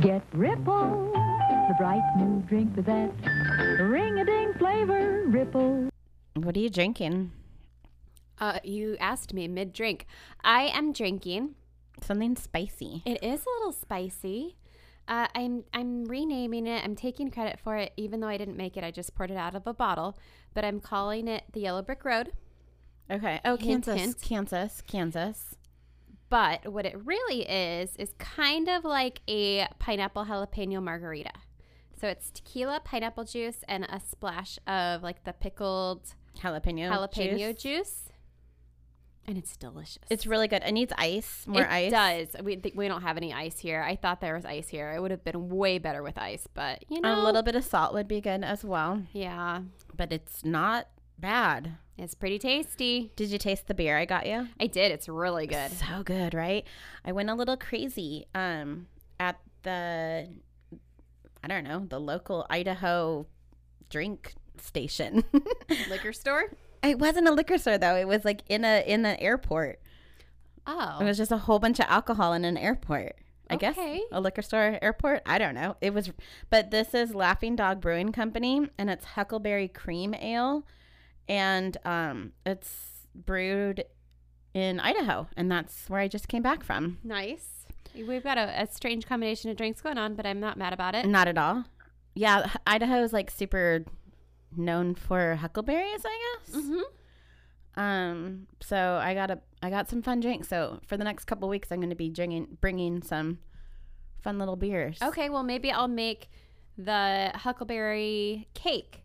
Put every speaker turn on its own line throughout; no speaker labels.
Get Ripple, the bright new drink with that ring-a-ding flavor, Ripple.
What are you drinking?
Uh, you asked me mid drink. I am drinking.
Something spicy.
It is a little spicy. Uh, I'm I'm renaming it. I'm taking credit for it, even though I didn't make it. I just poured it out of a bottle, but I'm calling it the Yellow Brick Road.
Okay. Oh,
Hint,
Kansas,
hint.
Kansas, Kansas.
But what it really is is kind of like a pineapple jalapeno margarita. So it's tequila, pineapple juice, and a splash of like the pickled
Jalapeno.
jalapeno
juice.
juice, and it's delicious.
It's really good. It needs ice. More
it
ice.
does. We th- we don't have any ice here. I thought there was ice here. It would have been way better with ice, but you know,
A little bit of salt would be good as well.
Yeah,
But it's not bad.
it's pretty tasty.
Did you taste the beer I got you?
I did. It's really good.
So good, right? I went a little crazy um at the I don't know, the local Idaho drink station.
Liquor store.
it wasn't a liquor store though. It was like in a in an airport. It
Oh,
was just a whole bunch of alcohol in an airport. I guess
Okay.
a liquor store, airport. I don't know. It was, but this is Laughing Dog Brewing Company, and it's Huckleberry Cream Ale, and um, it's brewed in Idaho, and that's where I just came back from.
nice. We've got a, a strange combination of drinks going on, but I'm not mad about it.
Not at all. Yeah, Idaho is like super known for huckleberries, I guess.
Mm-hmm.
Um, so I got a I got some fun drinks. So for the next couple weeks, I'm going to be drinking bringing some fun little beers.
Okay, well maybe I'll make the huckleberry cake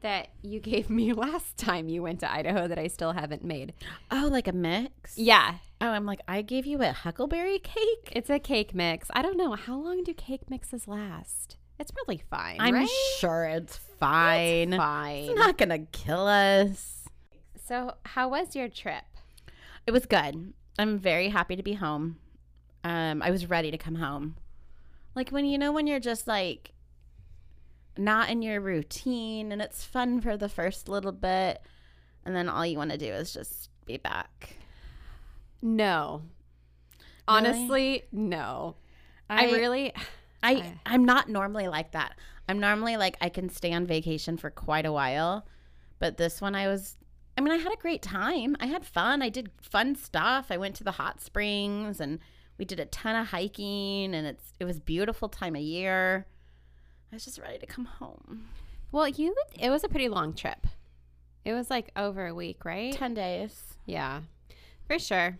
that you gave me last time you went to Idaho that I still haven't made.
Oh, like a mix?
Yeah,
Oh, I'm like, I gave you a huckleberry cake?
it's a cake mix. I don't know how long do cake mixes last. It's probably fine.
I'm
right?
sure it's fine.
It's fine.
It's not going to kill us.
So, how was your trip?
It was good. I'm very happy to be home. Um, I was ready to come home. Like when you know when you're just like not in your routine and it's fun for the first little bit and then all you want to do is just be back.
No.
Really?
Honestly, no. I, really
I,
I-
I'm not normally like that. I'm normally like I can stay on vacation for quite a while, but this one I was. I mean, I had a great time. I had fun. I did fun stuff. I went to the hot springs and we did a ton of hiking, and it's it was beautiful time of year. I was just ready to come home.
Well, you it was a pretty long trip. It was like over a week, right?
Ten days.
Yeah. For sure.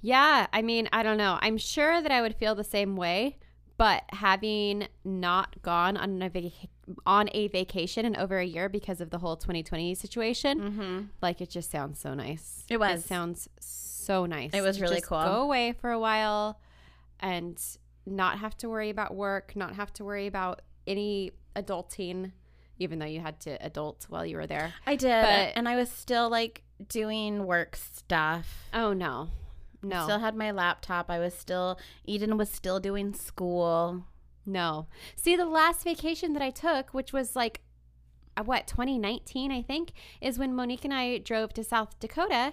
Yeah, I mean, I don't know. I'm sure that I would feel the same way, but having not gone on a vac- on a vacation in over a year because of the whole 2020 situation,
Mm-hmm.
like it just sounds so nice.
It was.
sounds so nice.
It was
To
really
just
cool.
Go away for a while and not have to worry about work, not have to worry about any adulting, even though you had to adult while you were there.
I did,
But-
and I was still like doing work stuff.
Oh no. No.
Still had my laptop. I was still Eden was still doing school.
No. See, the last vacation that I took, which was like, uh, what, 2019, I think, is when Monique and I drove to South Dakota.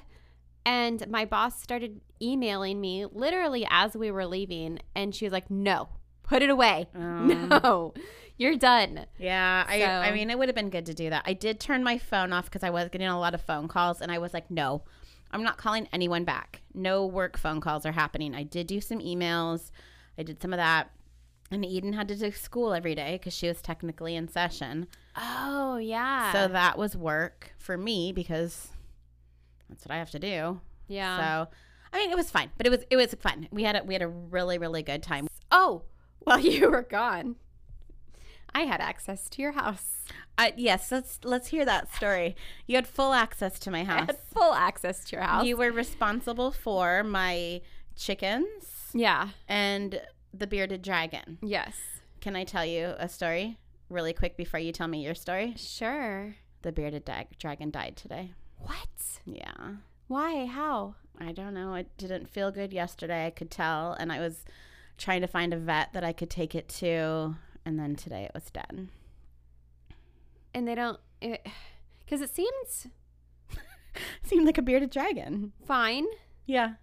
And my boss started emailing me literally as we were leaving. And she was like, no, put it away.
Um,
Mm-hmm. No, you're done.
Yeah, I, I
So-
mean, it would have been good to do that. I did turn my phone off because I was getting a lot of phone calls, and I was like, no, I'm not calling anyone back. No work phone calls are happening. I did do some emails, I did some of that. And Eden had to do school every day because she was technically in session.
Oh, yeah.
so that was work for me because that's what I have to do.
yeah.
So, I mean, it was fine, but it was it was fun. We had a, we had a really really good time.
oh, while you were gone, I had access to your house.
Uh, yes, let's let's hear that story. You had full access to my
I
house.
had full access to your house.
You were responsible for my chickens
yeah.
and the bearded dragon.
Yes.
Can I tell you a story really quick before you tell me your story?
Sure.
The bearded di- dragon died today.
What?
Yeah.
Why? How?
I don't know. It didn't feel good yesterday. I could tell. And I was trying to find a vet that I could take it to. And then today it was dead.
And they don't, because it, seems
Seemed like a bearded dragon.
fine.
Yeah.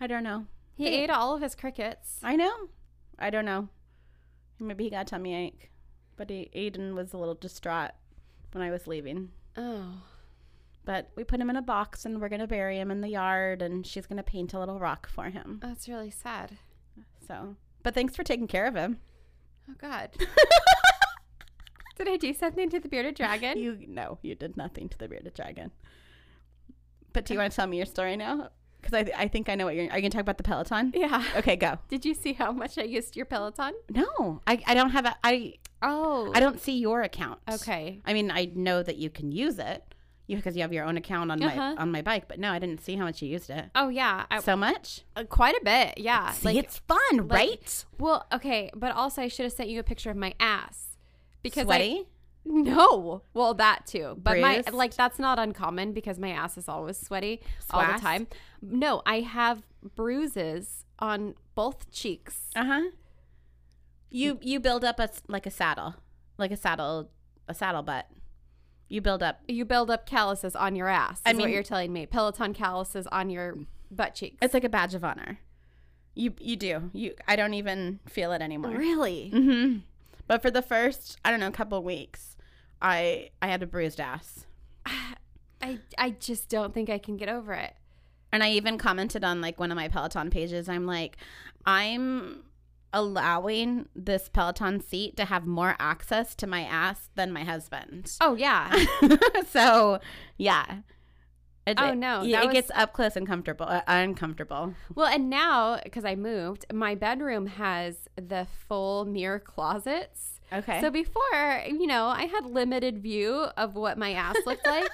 I don't know.
He
Hey.
ate all of his crickets.
I know. I don't know. Maybe he got a tummy ache, but he, Aiden was a little distraught when I was leaving.
Oh.
But we put him in a box and we're going to bury him in the yard and she's going to paint a little rock for him.
That's really sad.
So, but thanks for taking care of him.
Oh God. Did I do something to the bearded dragon?
You no, you did nothing to the bearded dragon. But do you want to tell me your story now? Because I, th- I think I know what you're. Are you gonna talk about the Peloton?
yeah.
Okay, go.
Did you see how much I used your Peloton?
No, I, I don't have a, I
Oh.
I don't see your account.
Okay.
I mean, I know that you can use it, you because you have your own account on
Uh-huh.
my on my bike. But no, I didn't see how much you used it.
Oh yeah. I,
so much.
uh, quite a bit. Yeah.
See, it's fun,
like-
right?
Well, okay, but also I should have sent you a picture of my ass because I
Sweaty.
no. Well, that too, but my
Bruised?
like that's not uncommon because my ass is always sweaty all the
Swast?
time. No, I have bruises on both cheeks.
Uh huh. You you build up a s- like a saddle, like a saddle a saddle butt. You build up
You build up calluses on your ass. Is
I
what
mean-
you're telling me. Peloton calluses on your butt cheeks.
It's like a badge of honor. You you do. You I don't even feel it anymore.
really
hmm But for the first, I don't know, couple weeks, I I had a bruised ass.
I I just don't think I can get over it.
And I even commented on like one of my Peloton pages. I'm like, I'm allowing this Peloton seat to have more access to my ass than my husband.
Oh yeah.
so, yeah. It,
Oh, no,
It,
that
it
was-
gets up close and comfortable, uh, uncomfortable.
Well, and now because I moved, my bedroom has the full mirror closets.
Okay.
So before, you know, I had limited view of what my ass looked like.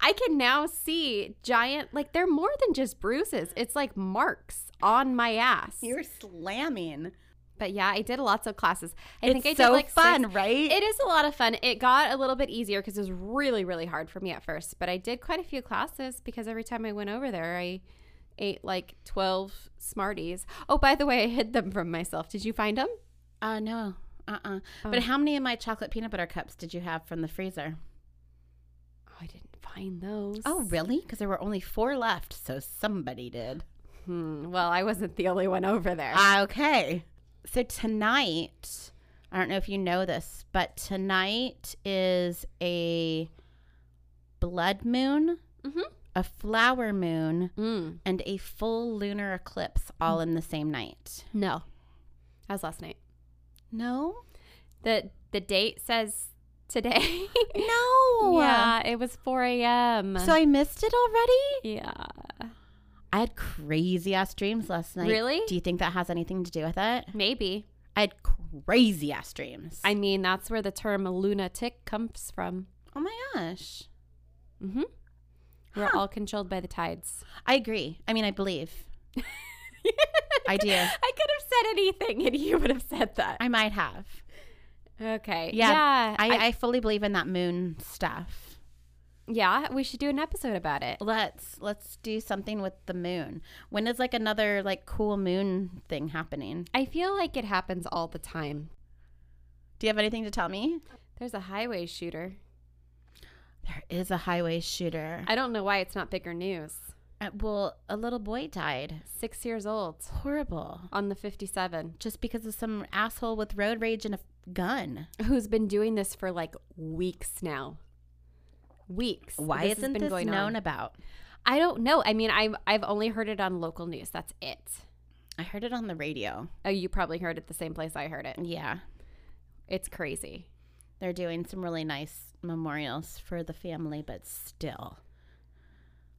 I can now see giant, like they're more than just bruises. It's like marks on my ass.
You're slamming.
But yeah, I did lots of classes. I
it's
think I did
so
like
fun,
Six-
right?
it is a lot of fun. It got a little bit easier because it was really, really hard for me at first. But I did quite a few classes because every time I went over there, I ate like 12 Smarties. Oh, by the way, I hid them from myself. Did you find them?
Uh no. Uh uh But how many of my chocolate peanut butter cups did you have from the freezer?
Oh, I didn't find those.
Oh really? Because there were only four left, so somebody did.
Hmm. Well, I wasn't the only one over there.
Ah, okay. So tonight, I don't know if you know this, but tonight is a blood moon,
Mhm.
a flower moon,
Mm.
and a full lunar eclipse all in the same night.
No. That was last night.
No.
The, the date says today. Oh, uh,
No.
yeah, it was 4 a.m.
So I missed it already.
yeah.
I had crazy ass dreams last night.
Really?
Do you think that has anything to do with it?
Maybe.
I had crazy ass dreams.
I mean, that's where the term lunatic comes from.
oh my gosh.
Mm-hmm. We're
Huh.
all controlled by the tides.
I agree. I mean, I believe. I do.
I could have said anything, and you would have said that.
I might have.
Okay.
Yeah.
Yeah.
I, I, fully believe in that moon stuff.
yeah. We should do an episode about it.
Let's let's do something with the moon. When is like another like cool moon thing happening?
I feel like it happens all the time.
Do you have anything to tell me?
There's a highway shooter.
There is a highway shooter.
I don't know why it's not bigger news.
Uh, well, a little boy died.
Six years old
It's horrible.
on the 57,
Just because of some asshole with road rage and a f- gun.
who's been doing this for like weeks now. Weeks.
Why
this has
isn't
been
this
going
known
on.
about?
I don't know. I mean, I've I've only heard it on local news. That's it.
I heard it on the radio.
Oh, you probably heard it the same place I heard it.
Yeah.
It's crazy.
They're doing some really nice memorials for the family, but still.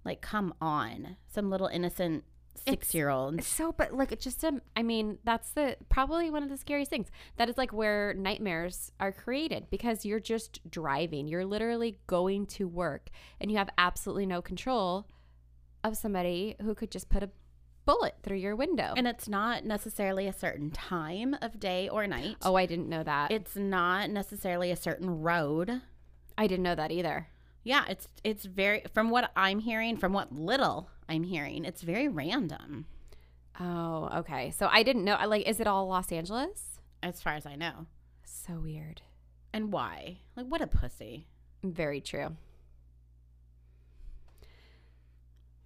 Like, come on. Some little innocent six year old.
So, but like, it's just a. I mean, that's the probably one of the scariest things. That is like where nightmares are created because you're just driving. You're literally going to work, and you have absolutely no control of somebody who could just put a bullet through your window.
And it's not necessarily a certain time of day or night.
oh, I didn't know that.
It's not necessarily a certain road.
I didn't know that either.
Yeah, it's it's very from what I'm hearing, from what little I'm hearing, it's very random
Oh, okay. So I didn't know. I- Like, is it all Los Angeles?
as far as I know.
So weird.
And why? Like what a pussy
Very true.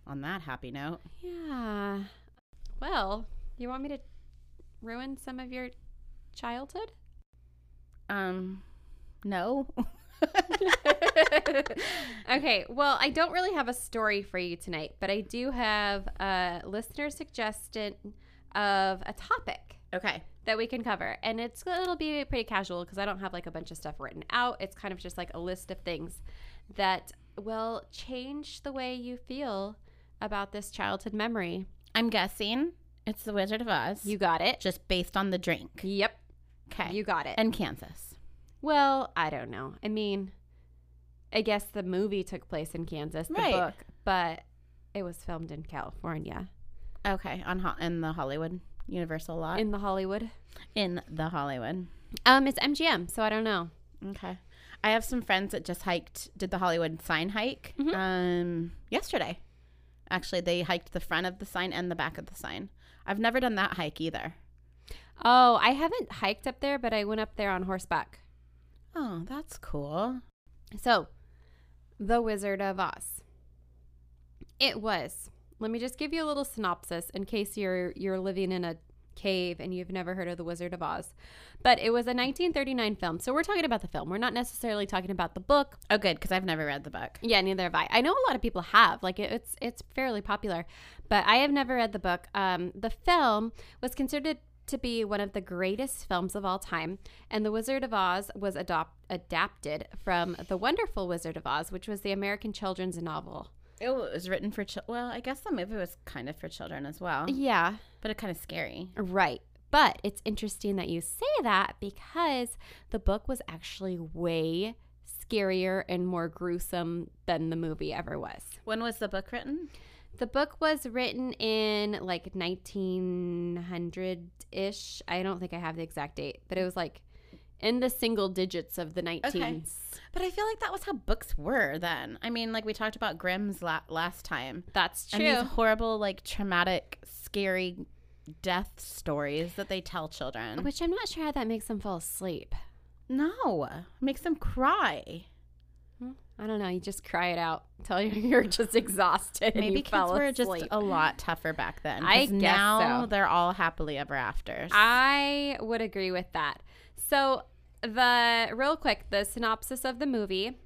on that happy note.
Yeah. Well, you want me to ruin some of your childhood?
Um, no.
Okay, well, I don't really have a story for you tonight, but I do have a listener suggestion of a topic
okay.
that we can cover. And it's it'll be pretty casual because I don't have like a bunch of stuff written out. It's kind of just like a list of things that will change the way you feel about this childhood memory.
I'm guessing it's The Wizard of Oz.
You got it?
just based on the drink.
Yep.
Okay.
You got it.
and Kansas.
Well, I don't know. I mean, I guess the movie took place in Kansas, the
Right.
book, but it was filmed in California,
Okay, on ho- in the Hollywood Universal lot in,
in the Hollywood.
the Hollywood.
Um, it's MGM, so I don't know.
Okay. I have some friends that just hiked did the Hollywood sign hike
Mhm.
um yesterday. Actually, they hiked the front of the sign and the back of the sign. I've never done that hike either.
Oh, I haven't hiked up there, but I went up there on horseback.
Oh, that's cool.
So, The Wizard of Oz. It was. Let me just give you a little synopsis in case you're you're living in a cave and you've never heard of The Wizard of Oz. But it was a 1939 film. So we're talking about the film. We're not necessarily talking about the book.
Oh, good because I've never read the book.
Yeah, neither have I. I know a lot of people have. Like it, it's it's fairly popular, but I have never read the book. Um, the film was considered to be one of the greatest films of all time, and The Wizard of Oz was adopt adapted from The Wonderful Wizard of Oz, which was the American children's novel.
It was written for chil- well, I guess the movie was kind of for children as well,
Yeah,
but it kind of scary.
Right. But it's interesting that you say that because the book was actually way scarier and more gruesome than the movie ever was.
When was the book written?
The book was written in like 1900 ish. I don't think I have the exact date, but it was like in the single digits of the 19s.
But I feel like that was how books were then. I mean, like we talked about Grimm's la- last time.
That's true.
And these horrible, like traumatic, scary death stories that they tell children.
which I'm not sure how that makes them fall asleep.
no, makes them cry.
I don't know. You just cry it out until you're just exhausted. and
Maybe
you
kids
fell
were just
asleep.
a lot tougher back then. 'cause
I guess
now
so.
they're all happily ever after.
I would agree with that. So, the real quick, the synopsis of the movie.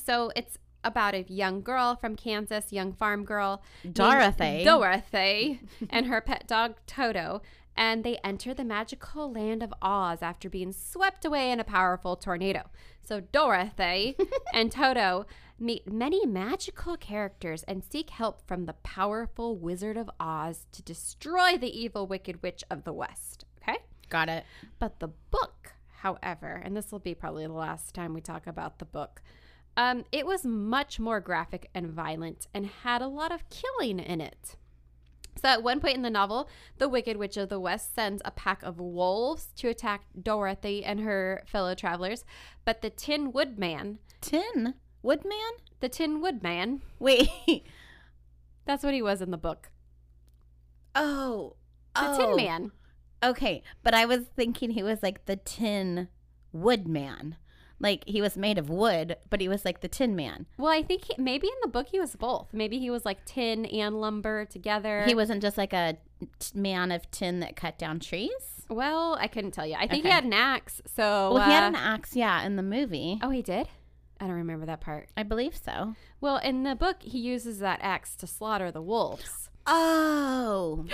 So, it's about a young girl from Kansas, young farm girl. named
Dorothy.
Dorothy and her pet dog Toto. And they enter the magical land of Oz after being swept away in a powerful tornado. So, Dorothy and Toto meet many magical characters and seek help from the powerful Wizard of Oz to destroy the evil Wicked Witch of the West. Okay?
Got it.
But the book, however, and this will be probably the last time we talk about the book, um, it was much more graphic and violent and had a lot of killing in it. So, at one point in the novel, the Wicked Witch of the West sends a pack of wolves to attack Dorothy and her fellow travelers. But the Tin Woodman,
Tin Woodman.
the Tin Woodman,
Wait.
that's what he was in the book.
Oh.
The Tin Man.
Okay, but I was thinking he was like the Tin Woodman. Like he was made of wood, but he was like the Tin Man.
Well, I think he, maybe in the book he was both. Maybe he was like tin and lumber together.
He wasn't just like a t- man of tin that cut down trees.
Well, I couldn't tell you. I think he
Okay.
had an axe. So
Well, he had
uh,
an axe, yeah, in the movie.
Oh, he did. I don't remember that part.
I believe so.
Well, in the book, he uses that axe to slaughter the wolves.
Oh.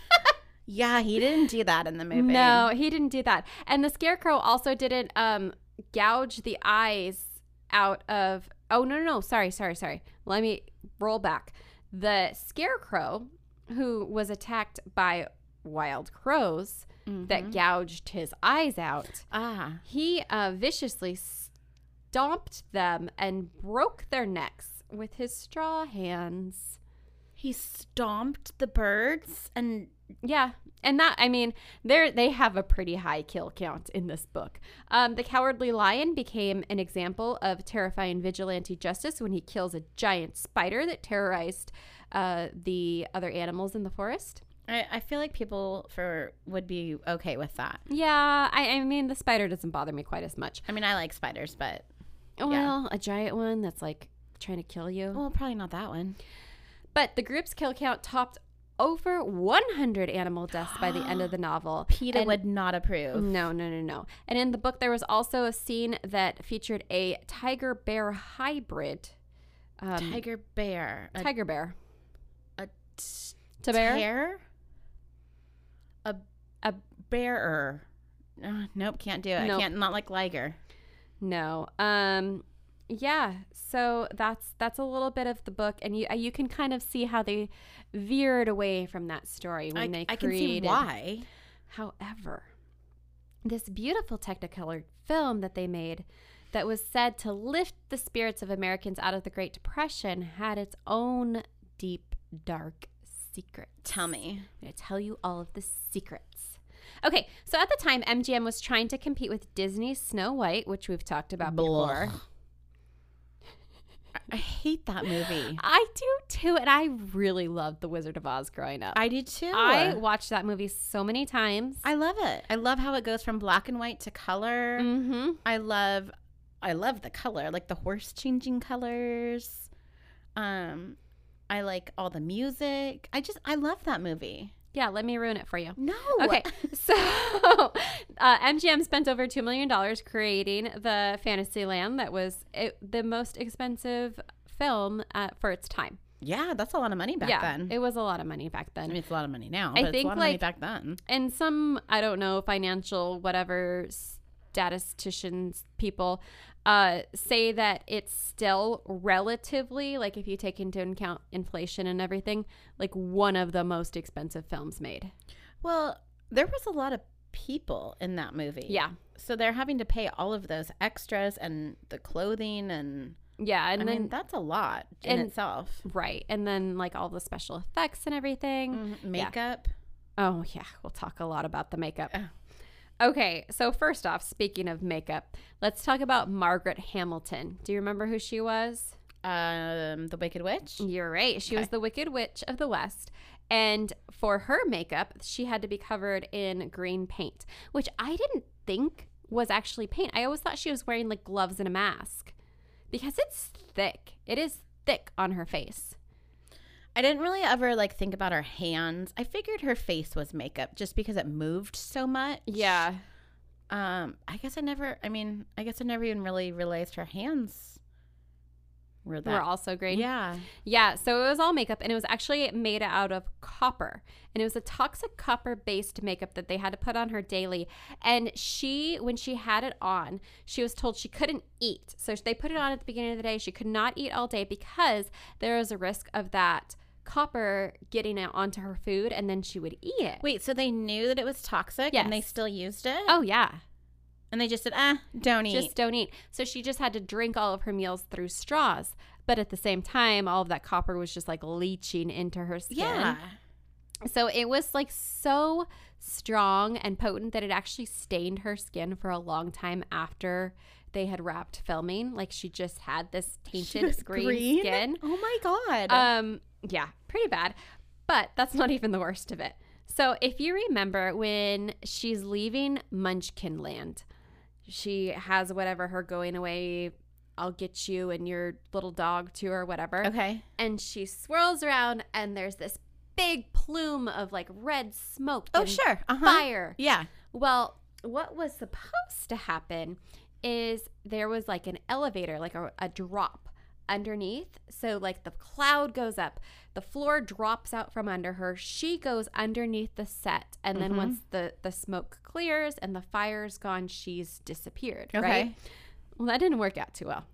yeah, he didn't do that in the movie.
No, he didn't do that. And the scarecrow also didn't um, gouge the eyes out of. Oh no, no, no! Sorry, sorry, sorry. Let me roll back. The scarecrow, who was attacked by wild crows that gouged his eyes out,
Mm-hmm. Ah.
He uh, viciously stomped them and broke their necks with his straw hands.
He stomped the birds and
Yeah, and that I mean, they they have a pretty high kill count in this book. Um, the cowardly lion became an example of terrifying vigilante justice when he kills a giant spider that terrorized uh, the other animals in the forest.
I, I feel like people for would be okay with that.
Yeah, I, I mean, the spider doesn't bother me quite as much.
I mean, I like spiders, but
Well, a giant one that's like trying to kill you.
well, probably not that one.
But the group's kill count topped over 100 animal deaths by the end of the novel.
PETA
And-
would not approve.
No, no, no, no. And in the book, there was also a scene that featured a tiger bear hybrid. Um,
Tiger bear. A,
tiger bear.
a t-
To bear?
tear? A
A-
bearer. Uh, nope, can't do it.
Nope.
I can't not like Liger.
No. Um yeah, so that's that's a little bit of the book and you you can kind of see how they veered away from that story when
I,
they
I can see
created
why.
However, this beautiful technicolor film that they made that was said to lift the spirits of Americans out of the Great Depression had its own deep dark secret.
Tell me.
I'm going to tell you all of the secrets. Okay, so at the time, MGM was trying to compete with Disney's Snow White, which we've talked about before.
Blah. I- I hate that movie.
I do too, and I really loved The Wizard of Oz growing up.
I do too.
I watched that movie so many times.
I love it. I love how it goes from black and white to color.
mm-hmm.
I love I love the color, like the horse changing colors. Um I like all the music. I just I love that movie.
Yeah, let me ruin it for you.
No.
Okay, so uh, MGM spent over two million dollars creating the Fantasyland that was it, the most expensive film uh, for its time.
Yeah, that's a lot of money back
yeah,
then.
it was a lot of money back then.
I mean, it's a lot of money now,
I
but it's
think,
a lot
like-
of money back then.
and some I don't know financial whatever statisticians people uh, say that it's still relatively like if you take into account inflation and everything like one of the most expensive films made.
Well, there was a lot of people in that movie.
Yeah,
So they're having to pay all of those extras and the clothing and,
yeah, and
I
then
mean that's a lot in
and-
itself.
right, and then like all the special effects and everything.
Mm-hmm. Makeup.
Oh, yeah. We'll talk a lot about the makeup.
Yeah.
Okay. So, first off, speaking of makeup, let's talk about Margaret Hamilton. Do you remember who she was?
Um The Wicked Witch.
You're right. She was the Wicked Witch of the West. And for her makeup, she had to be covered in green paint, which I didn't think was actually paint. I always thought she was wearing like gloves and a mask because it's thick. It is thick on her face.
I didn't really ever like think about her hands. I figured her face was makeup just because it moved so much. Um, I guess I never I mean, I guess I never even really realized her hands were that.
We're also green.
yeah.
Yeah, so it was all makeup and it was actually made out of copper. And it was a toxic copper based makeup that they had to put on her daily. And she, when she had it on, she was told she couldn't eat. So they put it on at the beginning of the day. She could not eat all day because there was a risk of that copper getting it onto her food and then she would eat it.
Wait, so they knew that it was toxic and they
Yes.
still used it?
Oh, yeah.
And they just said, ah, don't eat.
Just don't eat. So she just had to drink all of her meals through straws. But at the same time, all of that copper was just like leaching into her skin.
yeah.
So it was like so strong and potent that it actually stained her skin for a long time after they had wrapped filming. Like she just had this
She
tainted
was
green, skin.
Oh my god.
Um, yeah, pretty bad. But that's not even the worst of it. So if you remember when she's leaving Munchkin Land, she has whatever her going away, I'll get you and your little dog too or whatever
okay.
and she swirls around and there's this big plume of like red smoke
Oh
and
sure. Uh-huh.
fire
Yeah.
well what was supposed to happen is there was like an elevator like a, a drop underneath so like the cloud goes up the floor drops out from under her she goes underneath the set and
Mm-hmm.
then once the the smoke clears and the fire's gone she's disappeared
Okay.
right well that didn't work out too well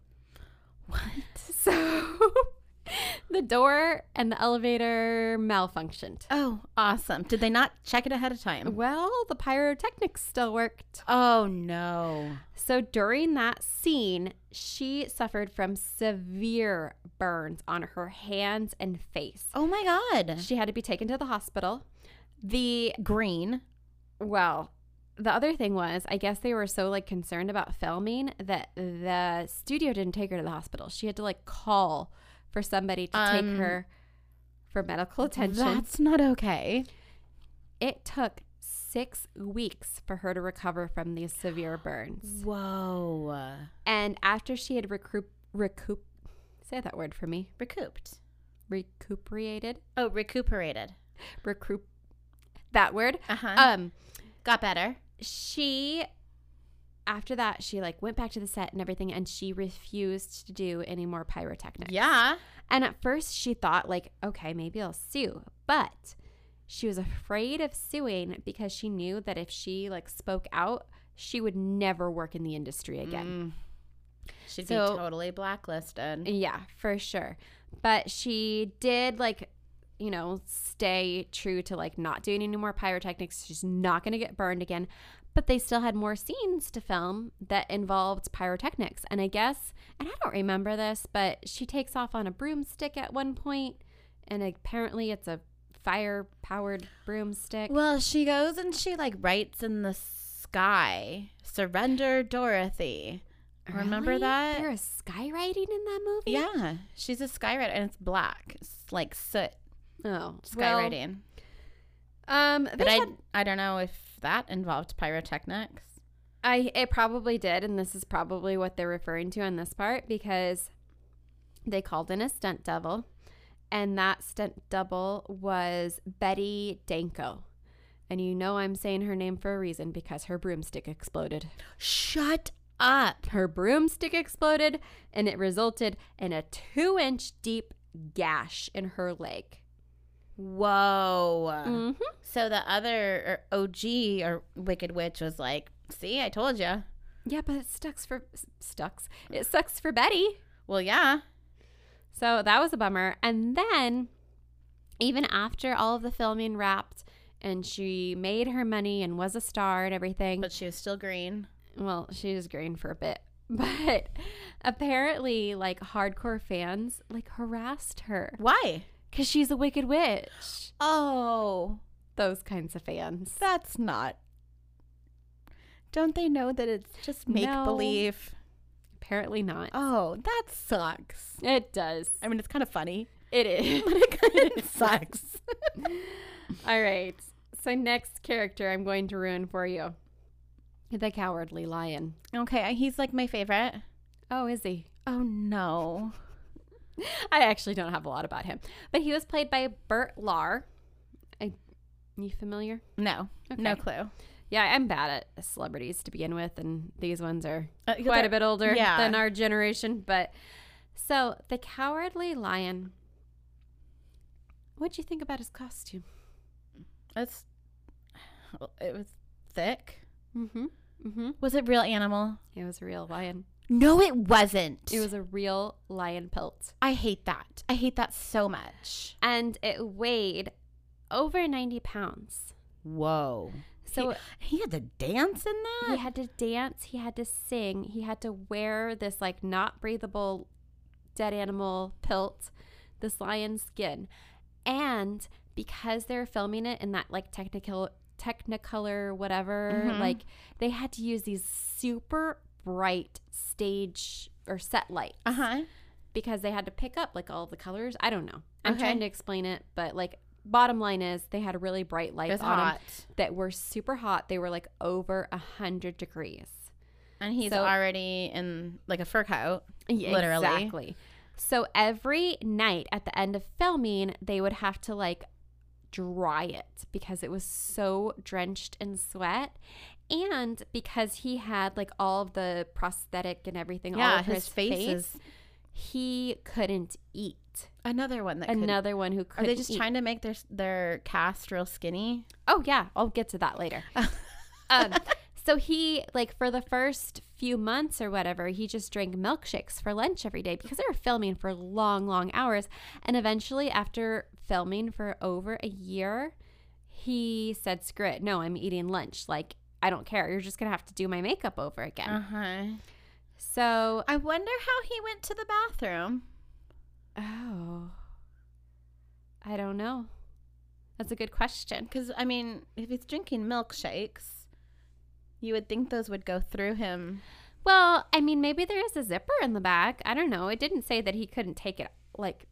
What?
so the door and the elevator malfunctioned.
Oh, awesome. Did they not check it ahead of time?
Well, the pyrotechnics still worked.
Oh no.
So during that scene, she suffered from severe burns on her hands and face.
Oh my god.
She had to be taken to the hospital. The
Green.
well, the other thing was, I guess they were so like concerned about filming that the studio didn't take her to the hospital. She had to like call for somebody to
Um,
take her for medical attention.
That's not okay.
It took six weeks for her to recover from these severe burns.
Whoa.
And after she had recoup, recoup, say that word for me,
Recouped.
recuperated,
Oh, recuperated.
recruit that word.
Uh-huh.
Um,
Got better.
she after that she like went back to the set and everything and she refused to do any more pyrotechnics.
Yeah.
And at first she thought like, okay, maybe I'll sue. But she was afraid of suing because she knew that if she like spoke out, she would never work in the industry again.
Mm. She'd
So-
be totally blacklisted.
Yeah, for sure. But she did like, you know, stay true to like not doing any more pyrotechnics. She's not going to get burned again. But they still had more scenes to film that involved pyrotechnics. And I guess, and I don't remember this, but she takes off on a broomstick at one point, and apparently it's a fire powered broomstick.
Well, she goes and she like writes in the sky, "Surrender, Dorothy." Remember
Really?
that?
There is skywriting in that movie?
Yeah, she's a skywriter, and it's black. It's like soot
Oh,
skywriting.
skywriting. um,
but
they
I,
had-
I don't know if that involved pyrotechnics.
I it probably did, and this is probably what they're referring to on this part because they called in a stunt double, and that stunt double was Betty Danko. And you know I'm saying her name for a reason because her broomstick exploded.
Shut up!
Her broomstick exploded, and it resulted in a two inch deep gash in her leg.
Whoa.
hmm
Mm. So the other or OG or Wicked Witch was like, "See, I told you."
Yeah, but it sucks for sucks. It sucks for Betty.
Well, yeah.
So that was a bummer. And then, even after all of the filming wrapped and she made her money and was a star and everything,
But she was still green.
well, she was green for a bit. But apparently, like hardcore fans like harassed her
Why?
because she's a wicked witch.
Oh,
Those kinds of fans.
that's not. Don't they know that it's just
No.
make believe?
Apparently not.
Oh, that sucks.
It does.
I mean, it's kind of funny,
It is.
but it kind of sucks.
all right. So next character I'm going to ruin for you. The cowardly lion.
Okay, he's like my favorite.
Oh, is he?
Oh no.
I actually don't have a lot about him, but he was played by Bert Lahr. I, you familiar?
No. No clue.
Yeah, I'm bad at celebrities to begin with, and these ones are
Uh,
quite
they're-
a bit older
yeah.
than our generation. But so the Cowardly Lion. What'd you think about his costume?
It's it was thick.
Mm-hmm. Mm-hmm.
Was it real animal?
It was a real lion.
No, it wasn't.
It was a real lion pelt,
I hate that. I hate that so much.
and it weighed over ninety pounds.
Whoa.
So
He had to dance in
he
that?
had to dance he had to sing he had to wear this like not breathable dead animal pelt this lion skin and because they're filming it in that like technical technicolor whatever
Mhm.
like they had to use these super bright stage or set lights
Uh-huh.
because they had to pick up like all the colors i don't know i'm
Okay.
trying to explain it but like bottom line is they had really bright
It was
lights on 'em
hot.
that were super hot. They were like over a hundred degrees.
And he's
So-
already in like a fur coat. Literally.
Exactly. So every night at the end of filming, they would have to like dry it because it was so drenched in sweat. And because he had like all of the prosthetic and everything all
Yeah,
over
his,
his,
face,
face,
is
he couldn't eat.
another one that could
Another one who
Are
couldn't
they just
eat.
trying to make their their cast real skinny?
Oh yeah, I'll get to that later. um, so he like for the first few months or whatever, he just drank milkshakes for lunch every day because they were filming for long, long hours. And eventually, after filming for over a year, he said, "Screw it! No, I'm eating lunch. Like I don't care. You're just gonna have to do my makeup over again."
huh.
So,
Uh-huh. I wonder how he went to the bathroom.
oh, I don't know. That's a good question.
Because, I mean, if he's drinking milkshakes, you would think those would go through him.
Well, I mean, maybe there is a zipper in the back. I don't know. It didn't say that he couldn't take it like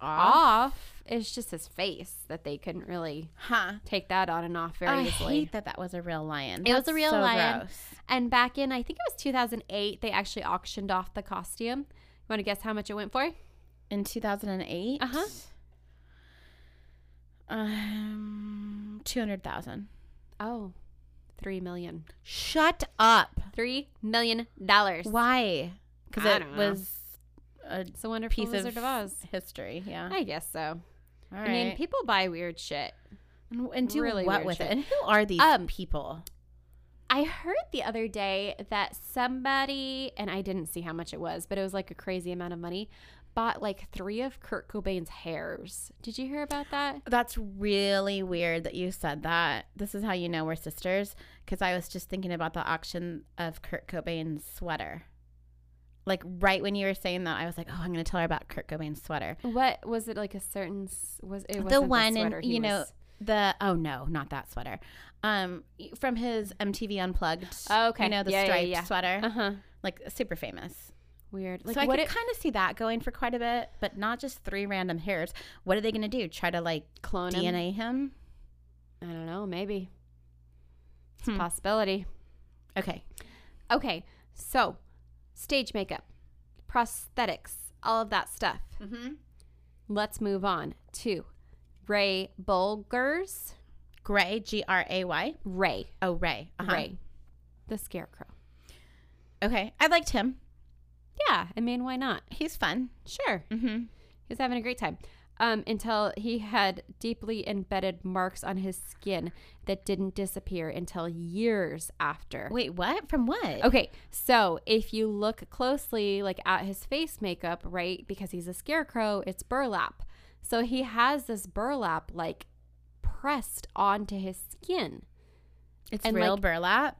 off. It's just his face that they couldn't really
Huh.
take that on and off very
I
easily.
hate that that was a real lion.
It was a real lion.
gross.
And back in, I think it was 2008, they actually auctioned off the costume. You want to guess how much it went for?
In 2008?
Uh-huh.
Um, 200,000.
Oh, three million.
Shut up.
Three million dollars.
Why? Because
I
it
don't know.
was a
It's a wonderful
piece
Wizard
of
of Oz.
history. Yeah.
I guess so.
All
I mean,
right.
people buy weird shit.
And, and do
really
what
weird
with
shit.
it? And who are these
Um,
people?
I heard the other day that somebody, and I didn't see how much it was, but it was like a crazy amount of money, bought like three of Kurt Cobain's hairs. Did you hear about that?
That's really weird that you said that. This is how you know we're sisters. Because I was just thinking about the auction of Kurt Cobain's sweater. Like right when you were saying that, I was like, "Oh, I'm going to tell her about Kurt Cobain's sweater."
What was it like a certain s- was it wasn't
the one,
sweater
and
he
you know
was-
the oh no, not that sweater. Um, from his MTV Unplugged.
Oh, okay.
you know the
Yeah, yeah,
striped
yeah.
sweater,
uh-huh
like super famous.
weird like
so I
what
could
it,
kind of see that going for quite a bit, but not just three random hairs. What are they going to do? Try to like
clone him?
DNA him?
I don't know maybe it's a
Hmm.
possibility
Okay.
okay so stage makeup prosthetics all of that stuff
Mm-hmm.
let's move on to Ray Bulgers
Gray, G R A Y.
Ray
Oh, Ray. Uh-huh.
Ray the scarecrow
Okay. I liked him.
yeah I mean why not
He's fun.
sure
Mm-hmm.
He was having a great time um, until he had deeply embedded marks on his skin that didn't disappear until years after.
Wait, what? From what?
Okay, so if you look closely, like at his face makeup, right? Because he's a scarecrow, it's burlap. So he has this burlap like pressed onto his skin.
It's
and,
real
like-
burlap.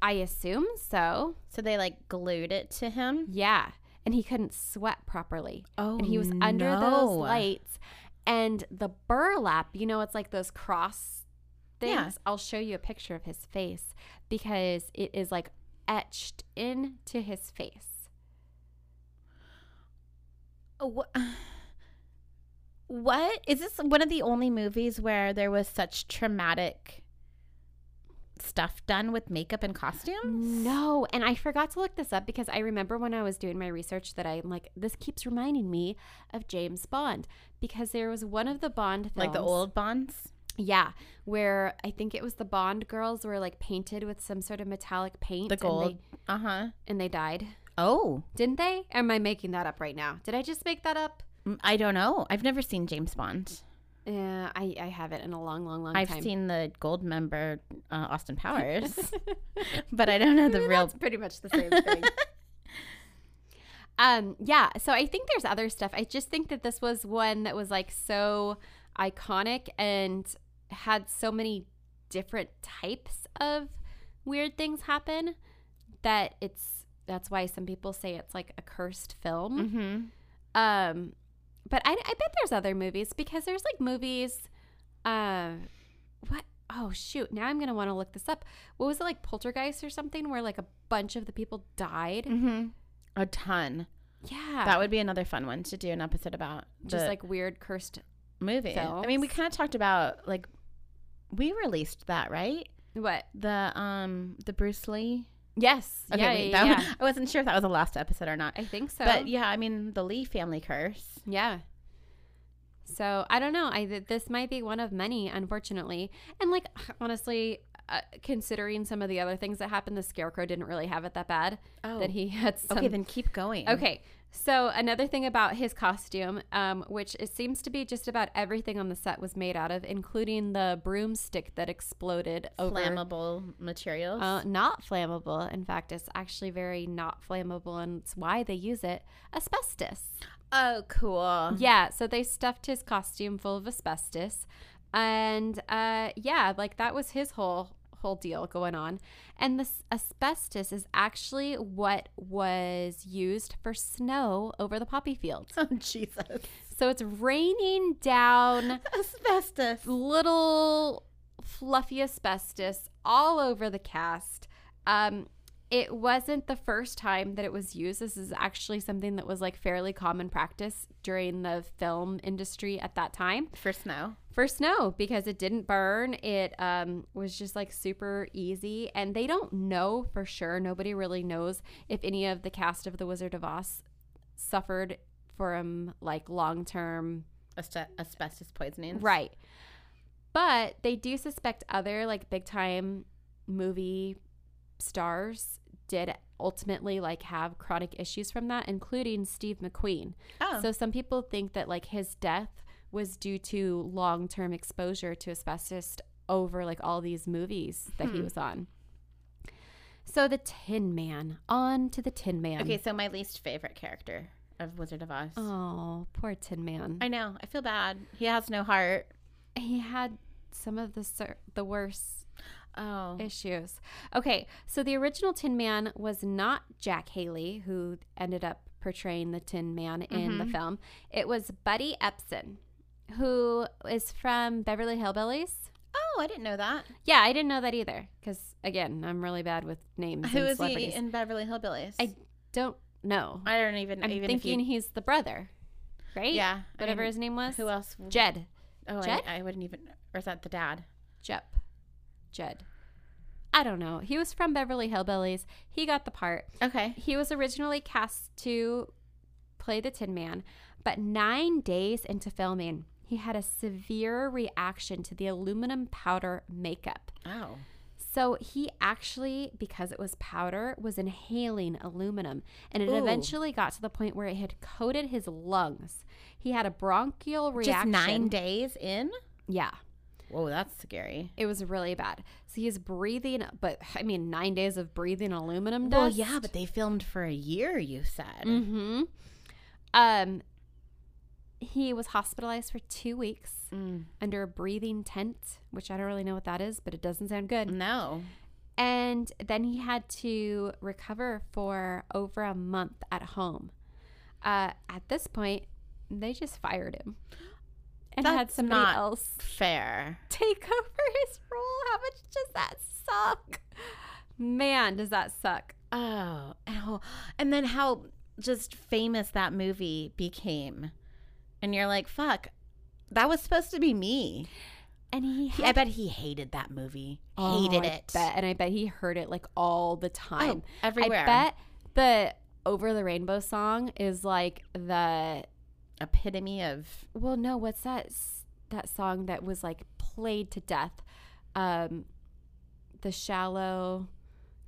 I assume so.
So they like glued it to him.
Yeah. And he couldn't sweat properly.
Oh,
and he was under those
no.
lights and the burlap you know it's like those cross things
Yeah.
i'll show you a picture of his face because it is like etched into his face
Oh, wha- What? Is this one of the only movies where there was such traumatic stuff done with makeup and costumes?
no and i forgot to look this up because i remember when i was doing my research that i'm like this keeps reminding me of james bond because there was one of the bond films
Like the old Bonds?
yeah where i think it was the bond girls were like painted with some sort of metallic paint
The
and they-
gold. Uh huh.
and they died
Oh,
Didn't they? Or am I making that up right now? Did I just make that up?
Mm, I don't know. I've never seen James Bond.
Yeah, I, I haven't in a long, long, long
I've
time.
seen the gold member uh, Austin Powers, but I don't know the
Maybe
real.
That's pretty much the same thing. um, yeah. So I think there's other stuff. I just think that this was one that was like so iconic and had so many different types of weird things happen that it's that's why some people say it's like a cursed film.
Mm-hmm.
Um, but I, I bet there's other movies because there's like movies. Uh, what? Oh shoot! Now I'm gonna want to look this up. What was it like, Poltergeist or something, where like a bunch of the people died?
Mm-hmm. A ton.
Yeah,
Mm-hmm. That would be another fun one to do an episode about.
Ah. just
the
like weird cursed.
movie. I mean, we
films.
kind of talked about like we released that right.
What?
The um the Bruce Lee.
Yes. Okay, yeah,
wait,
yeah,
that
yeah.
I wasn't sure if that was the last episode or not.
I think so.
But yeah, I mean the Lee family curse.
Yeah. So I don't know. I th- this might be one of many, unfortunately. And like honestly, uh, considering some of the other things that happened, the scarecrow didn't really have it that bad.
Oh.
That he had some.
okay, then keep going.
Okay. So another thing about his costume, um, which it seems to be just about everything on the set was made out of, including the broomstick that exploded over.
Flammable materials.
Uh, not flammable. In fact, it's actually very not flammable, and it's why they use it. Asbestos.
oh, cool.
Yeah, so they stuffed his costume full of asbestos. And uh yeah, like that was his whole whole deal going on. And this asbestos is actually what was used for snow over the poppy fields.
Oh, Jesus.
So it's raining down
Asbestos.
little fluffy asbestos all over the cast. Um, it wasn't the first time that it was used. This is actually something that was like fairly common practice during the film industry at that time.
For snow.
For snow, because it didn't burn, it um, was just like super easy. And they don't know for sure. Nobody really knows if any of the cast of The Wizard of Oz suffered from like long term
Asbestos poisoning.
Right. But they do suspect other like big time movie stars did ultimately like have chronic issues from that, including Steve McQueen.
Oh,
So some people think that like his death was due to long term exposure to asbestos over like all these movies that
Hmm.
he was on. So the Tin Man. On to the Tin Man.
okay. So my least favorite character of Wizard of Oz.
Oh, poor Tin Man.
I know. I feel bad. He has no heart.
he had some of the ser- the worst
Oh,
issues. Okay, so the original Tin Man was not Jack Haley, who ended up portraying the Tin Man in
Mm-hmm.
the film. It was Buddy Epson, who is from Beverly Hillbillies.
oh, I didn't know that.
Yeah, I didn't know that either. Because again, I'm really bad with names.
Who
and
is he
celebrities.
in Beverly Hillbillies?
I don't know.
I don't even.
I'm
even if
thinking
you-
he's the brother, right?
Yeah, I
whatever
mean,
his name was.
who else? w-
Jed.
Oh, I,
Jed?
I wouldn't even. Or is that the dad?
Jep. Jed. I don't know. He was from Beverly Hillbillies. He got the part.
Okay.
He was originally cast to play the Tin Man, but nine days into filming, he had a severe reaction to the aluminum powder makeup.
Oh.
So he actually, because it was powder, was inhaling aluminum. And it
Ooh.
eventually got to the point where it had coated his lungs. He had a bronchial reaction.
Just nine days in.
Yeah.
Whoa, that's scary.
It was really bad. So he's breathing, but I mean, nine days of breathing aluminum
Well,
dust.
yeah, but they filmed for a year. You said.
Mm-hmm. Um, he was hospitalized for two weeks
Mm.
under a breathing tent, which I don't really know what that is, but it doesn't sound good.
No.
And then he had to recover for over a month at home. Uh, at this point, they just fired him and had
That's
somebody
not
else
Fair.
take over his role. How much does that suck? Man, does that suck.
Oh, and oh, and then how just famous that movie became, and you're like, fuck, that was supposed to be me.
And he
He-
had,
I bet he hated that movie.
Oh,
hated
I
it.
bet- and I bet he heard it like all the
Oh,
time.
everywhere.
I bet the Over the Rainbow song is like the
Epitome of
well, no, what's that s- that song that was like played to death? Um, the shallow,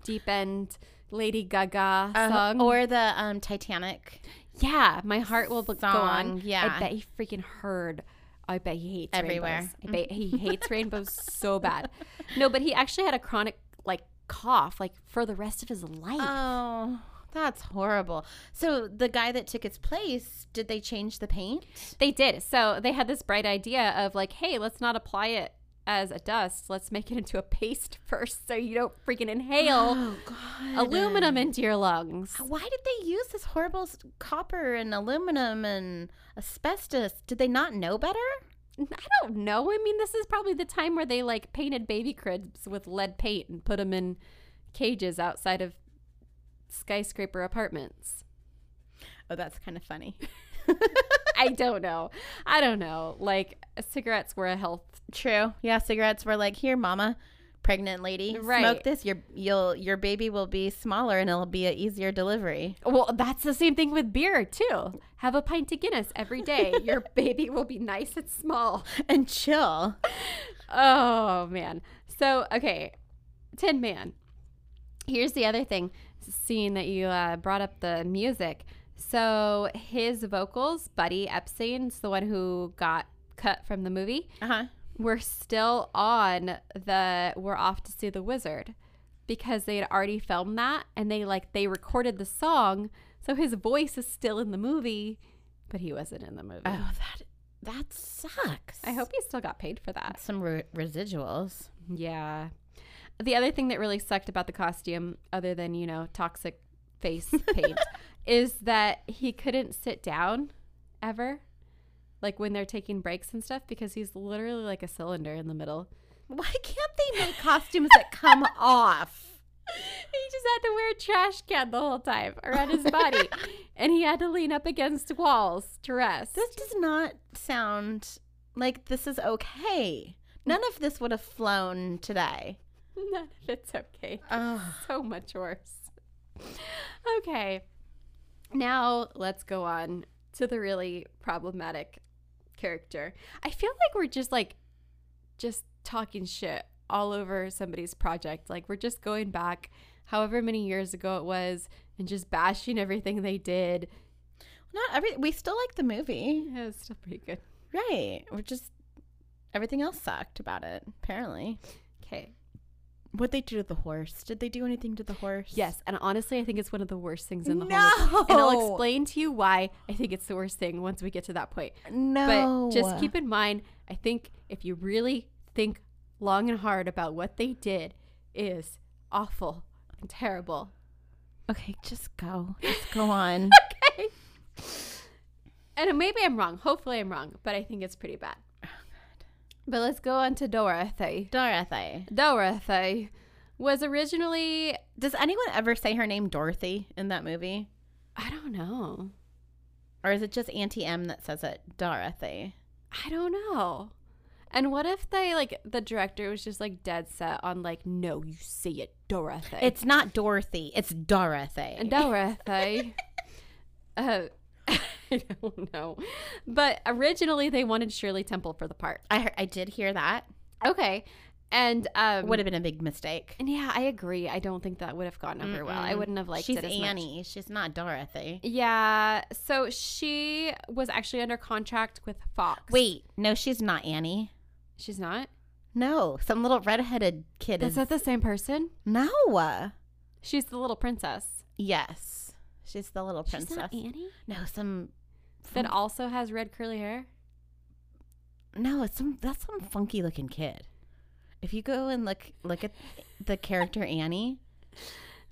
deep end, Lady Gaga
Uh,
song,
or the um, Titanic.
Yeah, my heart will b- go
Song,
on.
yeah.
I bet he freaking heard. I bet he hates
Everywhere.
Rainbows. I bet he hates rainbows so bad. No, but he actually had a chronic like cough like for the rest of his life.
Oh, that's horrible. So the guy that took its place, did they change the paint?
they did. So they had this bright idea of like, hey, let's not apply it as a dust. Let's make it into a paste first, so you don't freaking inhale
Oh, God.
aluminum into your lungs.
Why did they use this horrible s- copper and aluminum and asbestos? Did they not know better?
I don't know. I mean, this is probably the time where they like painted baby cribs with lead paint and put them in cages outside of skyscraper apartments.
Oh, that's kind of funny.
I don't know. I don't know. Like cigarettes were a health.
True. Yeah, cigarettes were like, "Here, mama, pregnant lady, smoke
Right.
this. Your you'll your baby will be smaller and it'll be an easier delivery."
Well, that's the same thing with beer too. Have a pint of Guinness every day. Your baby will be nice and small.
And chill.
Oh man. So okay, Tin Man. Here's the other thing. Seeing that you uh, brought up the music, so his vocals, Buddy Epstein's the one who got cut from the movie.
Uh huh.
We're still on the "We're Off to See the Wizard" because they had already filmed that and they like they recorded the song, so his voice is still in the movie, but he wasn't in the movie.
Oh, that that sucks.
I hope he still got paid for that.
some re- residuals.
Yeah. The other thing that really sucked about the costume, other than, you know, toxic face paint, is that he couldn't sit down ever. Like when they're taking breaks and stuff, because he's literally like a cylinder in the middle.
Why can't they make costumes that come off?
He just had to wear a trash can the whole time around his body. and he had to lean up against walls to rest.
This does not sound like this is okay. None of this would have flown today.
None of it's okay.
Oh,
so much worse. Okay. Now let's go on to the really problematic character. I feel like we're just like just talking shit all over somebody's project. Like we're just going back however many years ago it was and just bashing everything they did.
Not every. We still like the movie,
Yeah, it's still pretty good.
right? We're just everything else sucked about it. Apparently,
Okay.
what they do to the horse? Did they do anything to the horse?
Yes, and honestly, I think it's one of the worst things in the
No!
whole. And I'll explain to you why I think it's the worst thing once we get to that point.
No.
But just keep in mind, I think if you really think long and hard about what they did is awful and terrible.
Okay, just go. Just go on.
Okay. And maybe I'm wrong. Hopefully I'm wrong, but I think it's pretty bad.
Oh,
But let's go on to Dorothy.
Dorothy.
Dorothy was originally
Does anyone ever say her name Dorothy in that movie?
I don't know.
Or is it just Auntie M that says it? Dorothy.
I don't know. And what if they like the director was just like dead set on like no, you say it, Dorothy.
It's not Dorothy. It's Dorothy.
And Dorothy. uh, I don't know. But originally they wanted Shirley Temple for the part.
I heard, I did hear that.
Okay. And um
Would have been a big mistake.
and yeah, I agree. I don't think that would have gone over well. I
Mm-mm.
wouldn't have liked
She's
it as much.
Annie. She's not Dorothy.
Yeah. So she was actually under contract with Fox.
Wait, no, she's not Annie.
She's not?
No, some little redheaded kid
Is
is.
that the same person?
no.
She's the little princess.
Yes, she's the little princess.
She's not Annie?
no, some.
That
fun-
also has red curly hair.
no, it's some. That's some funky looking kid. If you go and look look at the character Annie,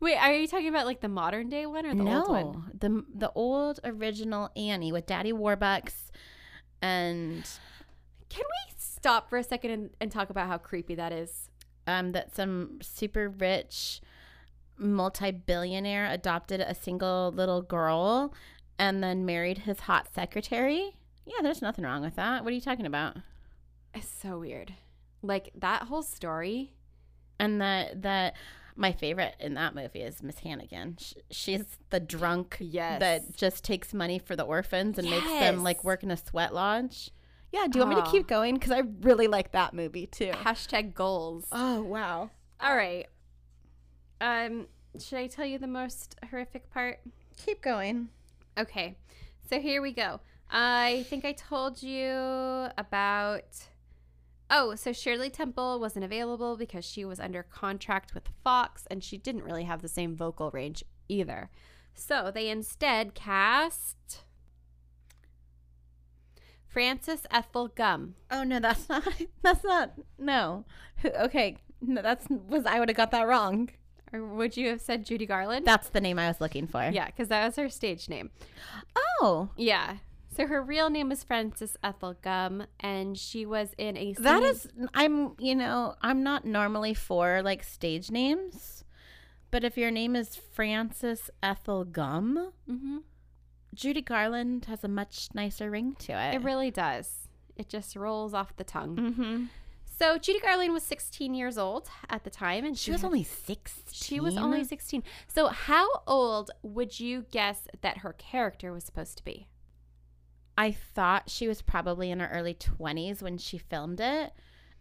Wait, are you talking about like the modern day one or the
no,
old one?
the the old original Annie with Daddy Warbucks, and
Can we stop for a second and, and talk about how creepy that is?
um, that some super rich multi-billionaire adopted a single little girl and then married his hot secretary yeah there's nothing wrong with that what are you talking about
It's so weird. Like that whole story.
and that that my favorite in that movie is miss hannigan Sh she's the drunk
Yes.
that just takes money for the orphans and makes them like
Yes.
work in a sweat lodge yeah do you want me to
Ah.
keep going because i really like that movie too
Hashtag goals.
oh wow
All right. Um, should I tell you the most horrific part?
keep going
Okay. So here we go. I think I told you about. Oh, so Shirley Temple wasn't available because she was under contract with Fox and she didn't really have the same vocal range either. So they instead cast Frances Ethel Gum.
Oh no, that's not. That's not. No. Who- Okay. No, that's was I would have got that wrong.
Or would you have said Judy Garland?
That's the name I was looking for.
yeah, because that was her stage name.
Oh,
Yeah. So her real name is Frances Ethel Gum, and she was in a
that
singing-
is. I'm. You know, I'm not normally for like stage names, but if your name is Frances Ethel Gum,
Mhm.
Judy Garland has a much nicer ring to it.
It really does. It just rolls off the tongue.
Mm-hmm.
So Judy Garland was 16 years old at the time, and she,
She was
had-
only sixteen.
she was only 16. So how old would you guess that her character was supposed to be?
I thought she was probably in her early 20s when she filmed it.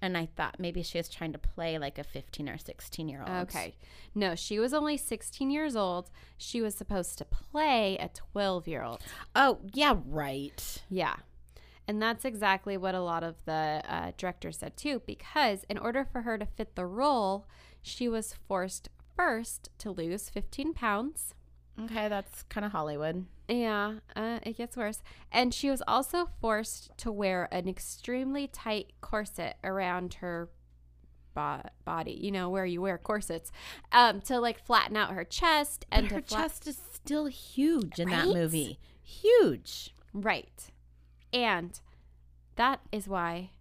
And I thought maybe she was trying to play like a 15 or 16 year old.
Okay, no, she was only 16 years old. She was supposed to play a 12 year old.
Oh, yeah, right.
Yeah. And that's exactly what a lot of the uh, directors said too, because in order for her to fit the role, she was forced first to lose 15 pounds.
Okay, that's kind of Hollywood.
Yeah, uh, it gets worse. And she was also forced to wear an extremely tight corset around her bo- body, you know, where you wear corsets, um, to like flatten out her chest and
And
to
her
flat-
chest is still huge in that
Right?
movie. Huge.
Right. And that is why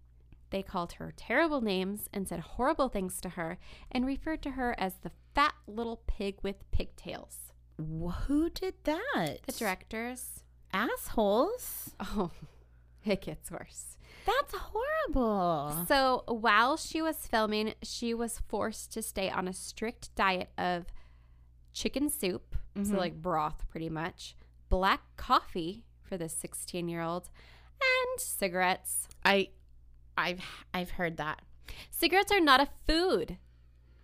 they called her terrible names and said horrible things to her and referred to her as the fat little pig with pigtails.
Wh- Who did that?
The directors.
Assholes.
Oh, it gets worse.
That's horrible.
So while she was filming, she was forced to stay on a strict diet of chicken soup, so like broth pretty much, black coffee for this 16 year old, and cigarettes.
I, I've, I've heard that.
Cigarettes are not a food.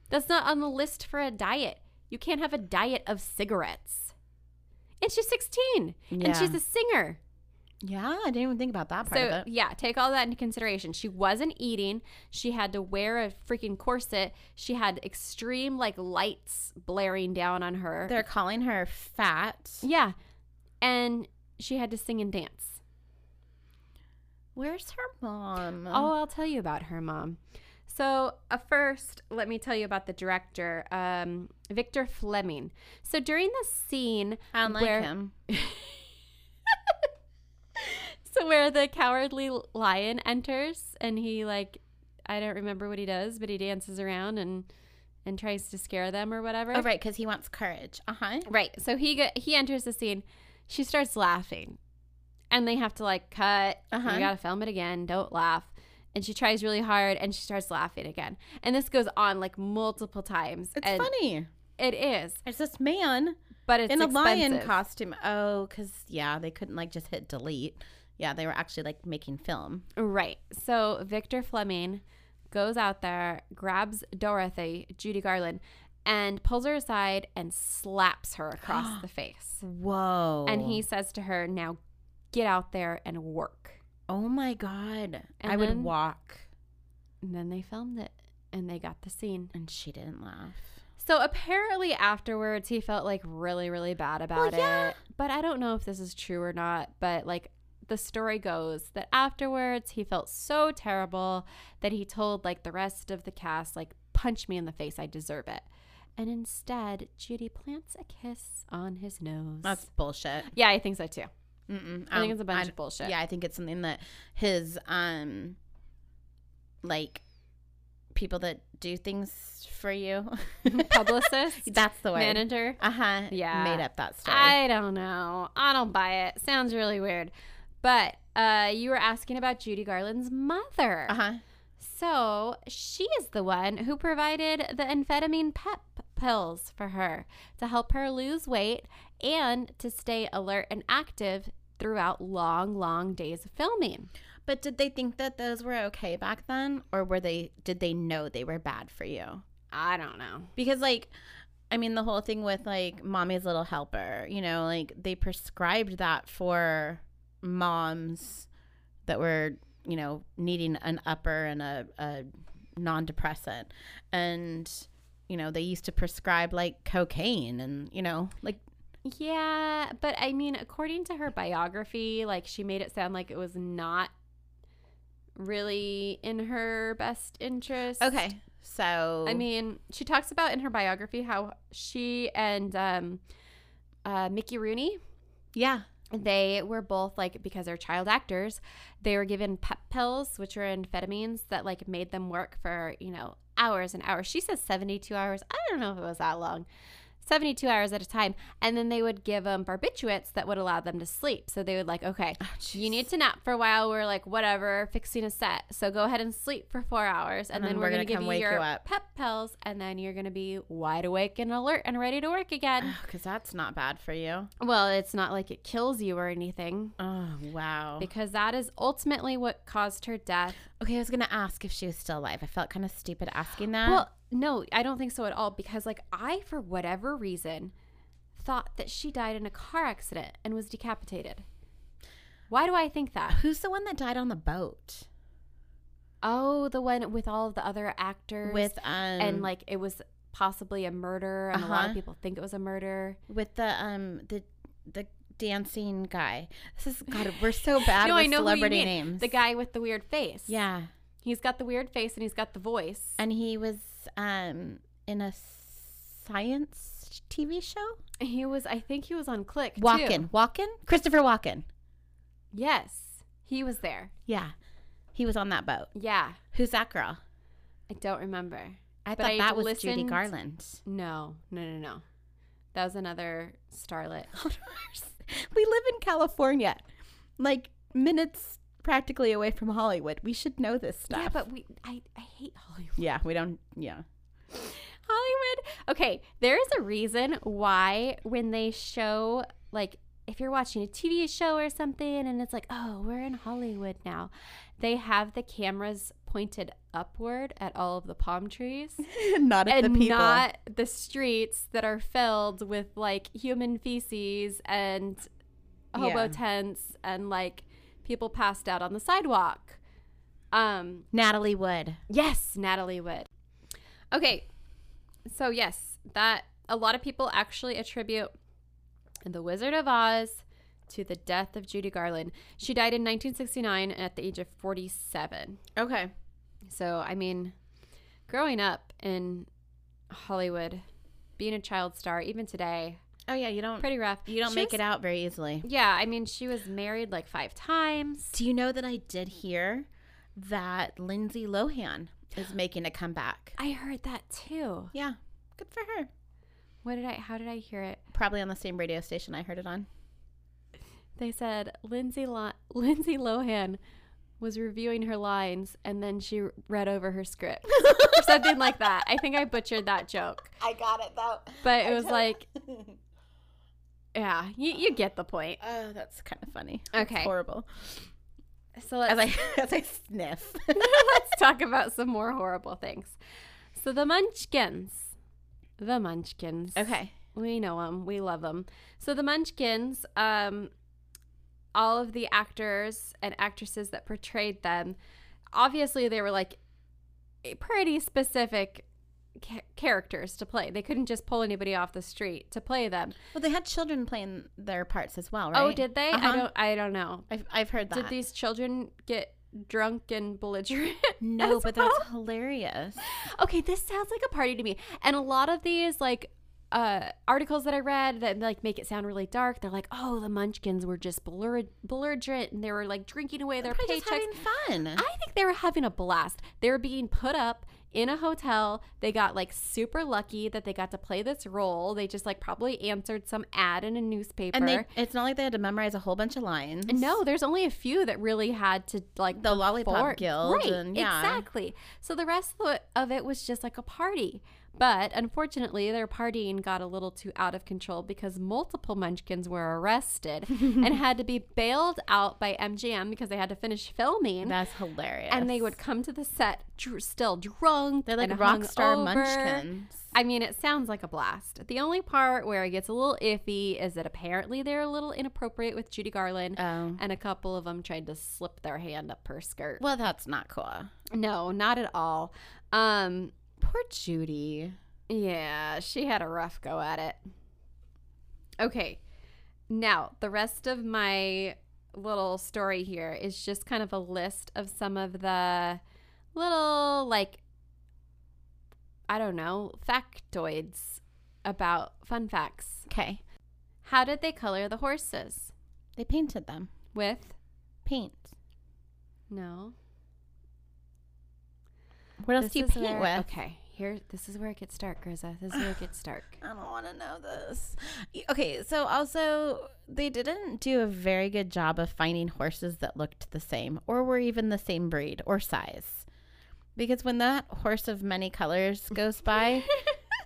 That's not on the list for a diet. You can't have a diet of cigarettes. And she's 16
Yeah.
and she's a singer.
Yeah, I didn't even think about that part
So,
of it.
yeah, take all that into consideration. She wasn't eating. She had to wear a freaking corset. She had extreme, like, lights blaring down on her.
They're calling her fat.
yeah. And she had to sing and dance.
Where's her mom?
Oh, I'll tell you about her mom. So, uh, first, let me tell you about the director, um, Victor Fleming. So, during the scene,
I don't like
where,
him.
So, where the cowardly lion enters, and he like, I don't remember what he does, but he dances around and and tries to scare them or whatever.
Oh, right, because he wants courage. Uh huh.
Right. So he go- he enters the scene. She starts laughing, and they have to like cut.
Uh-huh.
You gotta film it again. Don't laugh. And she tries really hard, and she starts laughing again. And this goes on like multiple times.
It's
and
funny.
It is,
It's this man
but it's
in a lion
expensive.
costume. Oh, because yeah, they couldn't like just hit delete. Yeah, they were actually like making film.
Right. So Victor Fleming goes out there, grabs Dorothy, Judy Garland, and pulls her aside and slaps her across the face.
Whoa.
And he says to her, "Now get out there and work."
Oh my god.
And
I would
then-
walk.
And then they filmed it and they got the scene.
And she didn't laugh.
So apparently afterwards he felt like really really bad about
yeah.
it. But I don't know if this is true or not, but like the story goes that afterwards he felt so terrible that he told like the rest of the cast like punch me in the face, I deserve it. And instead, Judy plants a kiss on his nose.
That's bullshit.
yeah, I think so too.
Mm-mm.
I think
don't-
it's a bunch
I-
of bullshit.
Yeah, I think it's something that his um like people that do things for you.
Publicist,
That's the word.
manager,
Uh huh.
Yeah.
Made up that story.
I don't know. I don't buy it. Sounds really weird. But uh, you were asking about Judy Garland's mother.
uh huh.
So she is the one who provided the amphetamine pep pills for her to help her lose weight and to stay alert and active throughout long, long days of filming.
But did they think that those were okay back then, or were they? Did they know they were bad for you?
I don't know.
Because like, I mean, the whole thing with like Mommy's Little Helper, you know, like they prescribed that for moms that were, you know, needing an upper and a, a non-depressant, and you know they used to prescribe like cocaine and you know like
Yeah, but I mean, according to her biography, like she made it sound like it was not really in her best interest.
okay. So
I mean, she talks about in her biography how she and um, uh, Mickey Rooney,
yeah,
they were both like because they're child actors, they were given pep pills, which are amphetamines that like made them work for you know hours and hours. She says seventy two hours. I don't know if it was that long. 72 hours at a time and then they would give them barbiturates that would allow them to sleep so they would like okay
oh,
you need to nap for a while we're like whatever fixing a set so go ahead and sleep for four hours and,
And
then,
then
we're,
we're gonna
gonna, give
come
you
wake
your
you up.
pep pills and then you're gonna be wide awake and alert and ready to work again
because that's not bad for you.
well it's not like it kills you or anything
Oh wow.
because that is ultimately what caused her death.
Okay, I was gonna ask if she was still alive. I felt kind of stupid asking that.
Well, no, I don't think so at all because like I for whatever reason thought that she died in a car accident and was decapitated. Why do I think that?
who's the one that died on the boat
Oh, the one with all of the other actors
with um and
and
like
like it was possibly a murder and a lot
Uh-huh.
of people think it was a murder.
with the um the the dancing guy? This is God. We're so bad with
who you
celebrity
mean.
names.
The guy with the weird face.
Yeah,
He's got the weird face and he's got the voice.
and he was um in a science TV show.
He was I think he was on Click too.
Walken, Walken, Christopher Walken.
Yes. He was there.
Yeah, he was on that boat.
Yeah.
Who's that girl?
I don't remember.
I
But
thought
I
that was Judy
listened-
Garland.
No, no, no, no. That was another starlet.
we live in California, like minutes practically away from Hollywood. We should know this stuff.
Yeah, but we I, I hate Hollywood.
yeah, we don't. Yeah,
Hollywood. Okay, there is a reason why when they show like if you're watching a TV show or something and it's like, "Oh, we're in Hollywood now." They have the cameras pointed upward at all of the palm trees
not at
and
the people.
not the streets that are filled with like human feces and hobo
Yeah.
tents and like people passed out on the sidewalk. Um,
Natalie Wood.
yes, Natalie Wood. Okay, so yes, that a lot of people actually attribute the Wizard of Oz to the death of Judy Garland. She died in 1969 at the age of 47.
Okay.
So, I mean, growing up in Hollywood, being a child star, even today,
Oh yeah, you don't
pretty rough.
you don't
She
make
was-
it out very easily.
Yeah, I mean, she was married like five times.
Do you know that I did hear that Lindsay Lohan is making a comeback?
I heard that too.
Yeah. Good for her.
What did I, how did I hear it?
Probably on the same radio station I heard it on.
They said Lindsay, Lo- Lindsay Lohan was reviewing her lines and then she read over her script. or something like that. I think I butchered that joke.
I got it though.
But it was like, yeah, you, you get the point.
Oh, that's kind of funny.
Okay.
Horrible.
So let's
As I as I sniff.
Let's talk about some more horrible things. So the Munchkins. The Munchkins.
okay.
We know them. We love them. So the Munchkins, um, all of the actors and actresses that portrayed them, obviously they were like a pretty specific ca- characters to play. They couldn't just pull anybody off the street to play them.
Well, they had children playing their parts as well, right?
Oh, did they?
Uh-huh.
I don't I don't know.
I've, I've heard that.
Did these children get drunk and belligerent?
no,
as
but
well?
that's hilarious.
okay this sounds like a party to me and a lot of these like uh articles that i read that like make it sound really dark they're like oh the munchkins were just belligerent belligerent and they were like drinking away their
Probably
paychecks
just having fun.
i think they were having a blast they were being put up in a hotel they got like super lucky that they got to play this role they just like probably answered some ad in a newspaper
and they, it's not like they had to memorize a whole bunch of lines.
no, there's only a few that really had to like
The Lollipop
perform.
Guild
right?
and- yeah.
Exactly. So the rest of it- of it was just like a party, but unfortunately, their partying got a little too out of control because multiple Munchkins were arrested and had to be bailed out by MGM because they had to finish filming.
That's hilarious.
and they would come to the set dr- still drunk.
They're like
and
rock star
hungover.
munchkins.
I mean, it sounds like a blast. The only part where it gets a little iffy is that apparently they're a little inappropriate with Judy Garland,
Oh.
and a couple of them tried to slip their hand up her skirt.
Well, that's not cool.
No, not at all. Um,
Poor Judy.
yeah, she had a rough go at it. Okay, now the rest of my little story here is just kind of a list of some of the little like I don't know factoids about fun facts.
Okay.
How did they color the horses?
They painted them.
With
Paint.
no.
What else do you
is
paint
where-
with?
Okay, here. This is where it gets dark, Griza. This is where it gets dark.
I don't want to know this. Y- Okay, so also they didn't do a very good job of finding horses that looked the same or were even the same breed or size. Because when that horse of many colors goes by,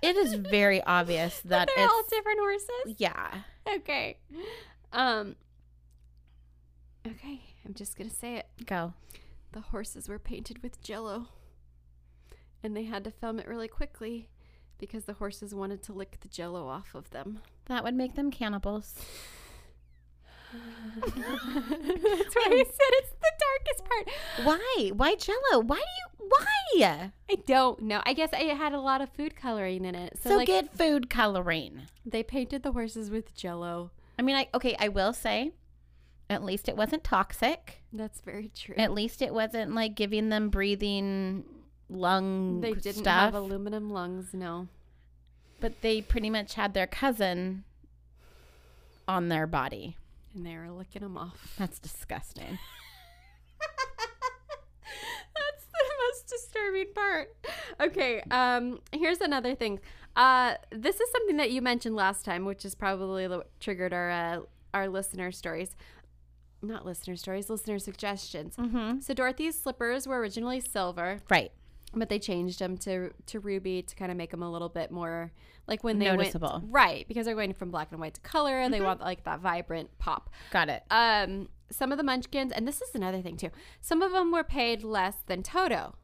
it is very obvious that
They're
it's
all different horses.
yeah.
Okay. Um. Okay, I'm just gonna say it.
Go.
The horses were painted with Jello, and they had to film it really quickly because the horses wanted to lick the Jello off of them.
That would make them cannibals.
That's why I said it's the darkest part.
Why? Why Jello? Why do you? Why?
I don't know. I guess I had a lot of food coloring in it, so,
So,
like
get food coloring.
they painted the horses with Jello.
I mean, I okay. I will say, at least it wasn't toxic.
That's very true.
At least it wasn't like giving them breathing lung
They didn't
stuff.
have aluminum lungs, no.
but they pretty much had their cousin on their body.
And they were licking them off.
That's disgusting.
That's the most disturbing part. Okay, um, here's another thing. Uh, this is something that you mentioned last time, which is probably what triggered our uh, our listener stories. Not listener stories, listener suggestions.
Mm-hmm.
So Dorothy's slippers were originally silver,
Right.
but they changed them to to ruby to kind of make them a little bit more like when they
Noticeable. Mm-hmm.
went, right? Because they're going from black and white to color, and they want like that vibrant pop
Got it.
um some of the munchkins and this is another thing too some of them were paid less than toto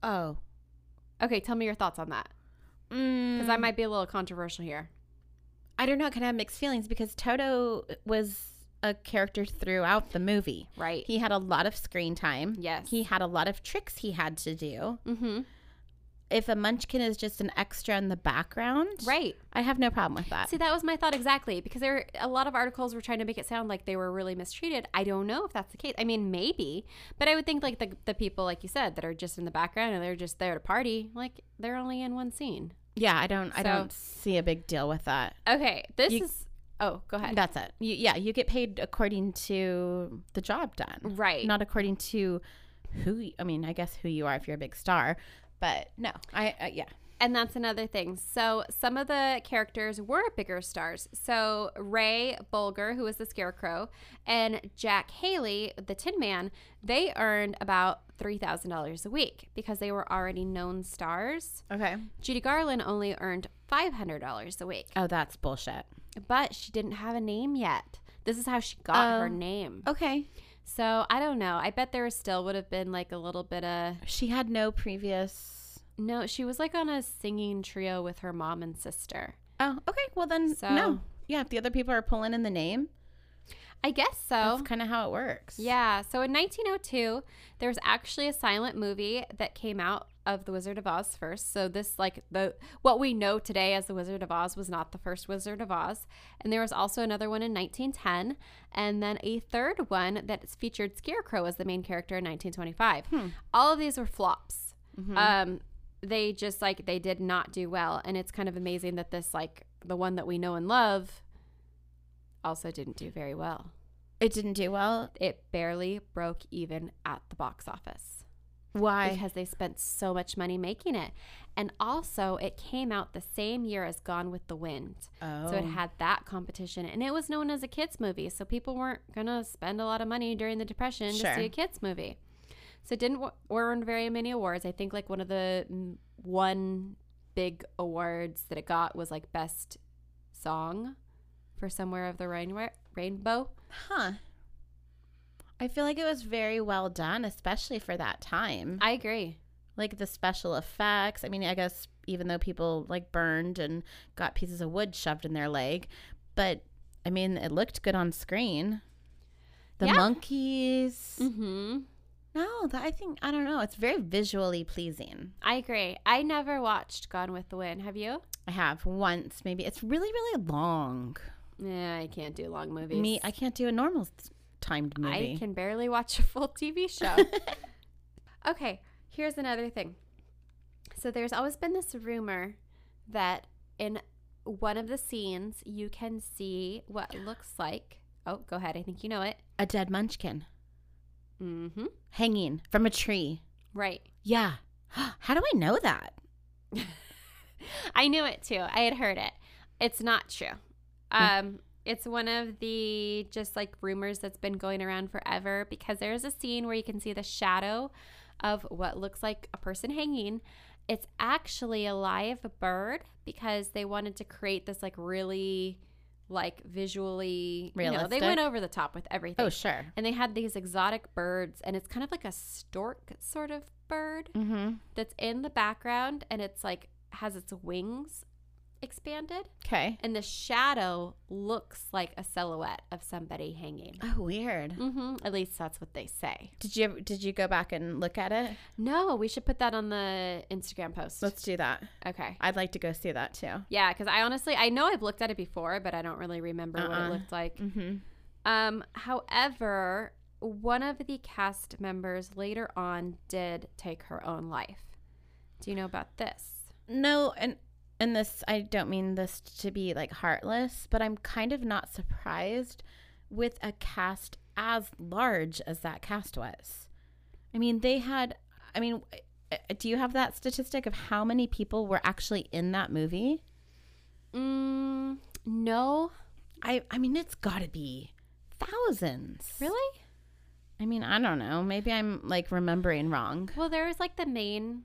Oh.
Okay, tell me your thoughts on that because
Mm,
I might be a little controversial here.
I don't know. I kind of have mixed feelings because Toto was a character throughout the movie.
Right.
He had a lot of screen time.
Yes.
He had a lot of tricks he had to do.
mm-hmm.
If a munchkin is just an extra in the background,
Right.
I have no problem with that.
See, that was my thought exactly because there were, a lot of articles were trying to make it sound like they were really mistreated. I don't know if that's the case. I mean, maybe, but I would think like the the people like you said that are just in the background and they're just there to party, like they're only in one scene.
yeah, I don't. I
So-
don't see a big deal with that.
Okay, this
You-
is Oh, go ahead.
That's it. You, yeah, you get paid according to the job done,
Right.
Not according to who. y- I mean, I guess who you are if you're a big star, but no, I uh, yeah.
And that's another thing. So some of the characters were bigger stars. So Ray Bulger, who was the Scarecrow, and Jack Haley, the Tin Man, they earned about three thousand dollars a week because they were already known stars.
Okay.
Judy Garland only earned five hundred dollars a week,
Oh, that's bullshit.
but she didn't have a name yet. This is how she got her
Oh.
name.
Okay.
So I don't know. I bet there still would have been like a little bit of
She had no previous.
no. She was like on a singing trio with her mom and sister.
Oh, okay. Well then,
So-
no. Yeah, if the other people are pulling in the name,
I guess so.
that's kind of how it works.
Yeah. So in 1902, there was actually a silent movie that came out of The Wizard of Oz first. So this, like the what we know today as The Wizard of Oz, was not the first Wizard of Oz. And there was also another one in 1910, and then a third one that featured Scarecrow as the main character in 1925. All of these were flops. Um, they just like they did not do well, and it's kind of amazing that this like the one that we know and love also didn't do very well
It didn't do well.
it barely broke even at the box office
Why?
because they spent so much money making it. And also, it came out the same year as Gone with the Wind.
oh.
So it had that competition. And it was known as a kids' movie. So people weren't going to spend a lot of money during the Depression
Sure.
to see a kids' movie. So it didn't w- earn very many awards. I think like one of the mm, one big awards that it got was like Best Song for Somewhere of the Rain- Rainbow.
Oh. Huh. I feel like it was very well done, especially for that time.
I agree.
Like the special effects. I mean, I guess even though people like burned and got pieces of wood shoved in their leg, but I mean, it looked good on screen. The
Yeah.
monkeys.
hmm
No, that, I think, I don't know. It's very visually pleasing.
I agree. I never watched Gone with the Wind. Have you?
I have once, maybe. It's really, really long.
Yeah, I can't do long movies.
Me, I can't do a normal s- timed movie.
I can barely watch a full TV show. okay, here's another thing. So there's always been this rumor that in one of the scenes you can see what looks like. Oh, go ahead. I think you know it.
A dead munchkin
Mm-hmm.
hanging from a tree.
Right.
Yeah. How do I know that?
I knew it too. I had heard it. It's not true.
Hmm.
Um, it's one of the just like rumors that's been going around forever because there is a scene where you can see the shadow of what looks like a person hanging. It's actually a live bird because they wanted to create this like really like visually You know,
Realistic?
they went over the top with everything.
Oh, sure.
and they had these exotic birds and it's kind of like a stork sort of bird
Mm-hmm.
that's in the background and it's like has its wings expanded
Okay.
and the shadow looks like a silhouette of somebody hanging
Oh, weird.
hmm at least that's what they say
Did you did you go back and look at it?
no we should put that on the instagram post
Let's do that.
okay
I'd like to go see that too.
yeah because i honestly i know i've looked at it before but i don't really remember what
Uh-uh.
it looked like
Mm-hmm.
Um, however, one of the cast members later on did take her own life. Do you know about this?
No, and and this I don't mean this to be like heartless, but I'm kind of not surprised with a cast as large as that cast was. I mean, they had. I mean, uh, do you have that statistic of how many people were actually in that movie?
Mm, no.
I I mean, it's got to be thousands.
Really?
I mean, I don't know. Maybe I'm like remembering wrong.
Well, there was like the main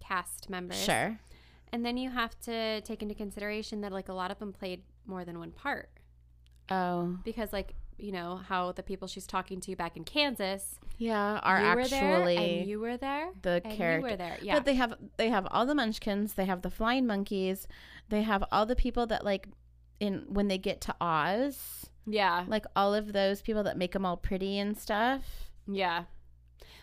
cast members.
Sure.
And then you have to take into consideration that like a lot of them played more than one part
Oh,
because like you know, how the people she's talking to back in Kansas
Yeah, are
you were
actually
there, and you were there,
the
and You
character-
were there, yeah.
But they have they have all the munchkins, they have the flying monkeys, they have all the people that like in when they get to Oz,
yeah.
like all of those people that make them all pretty and stuff.
Yeah.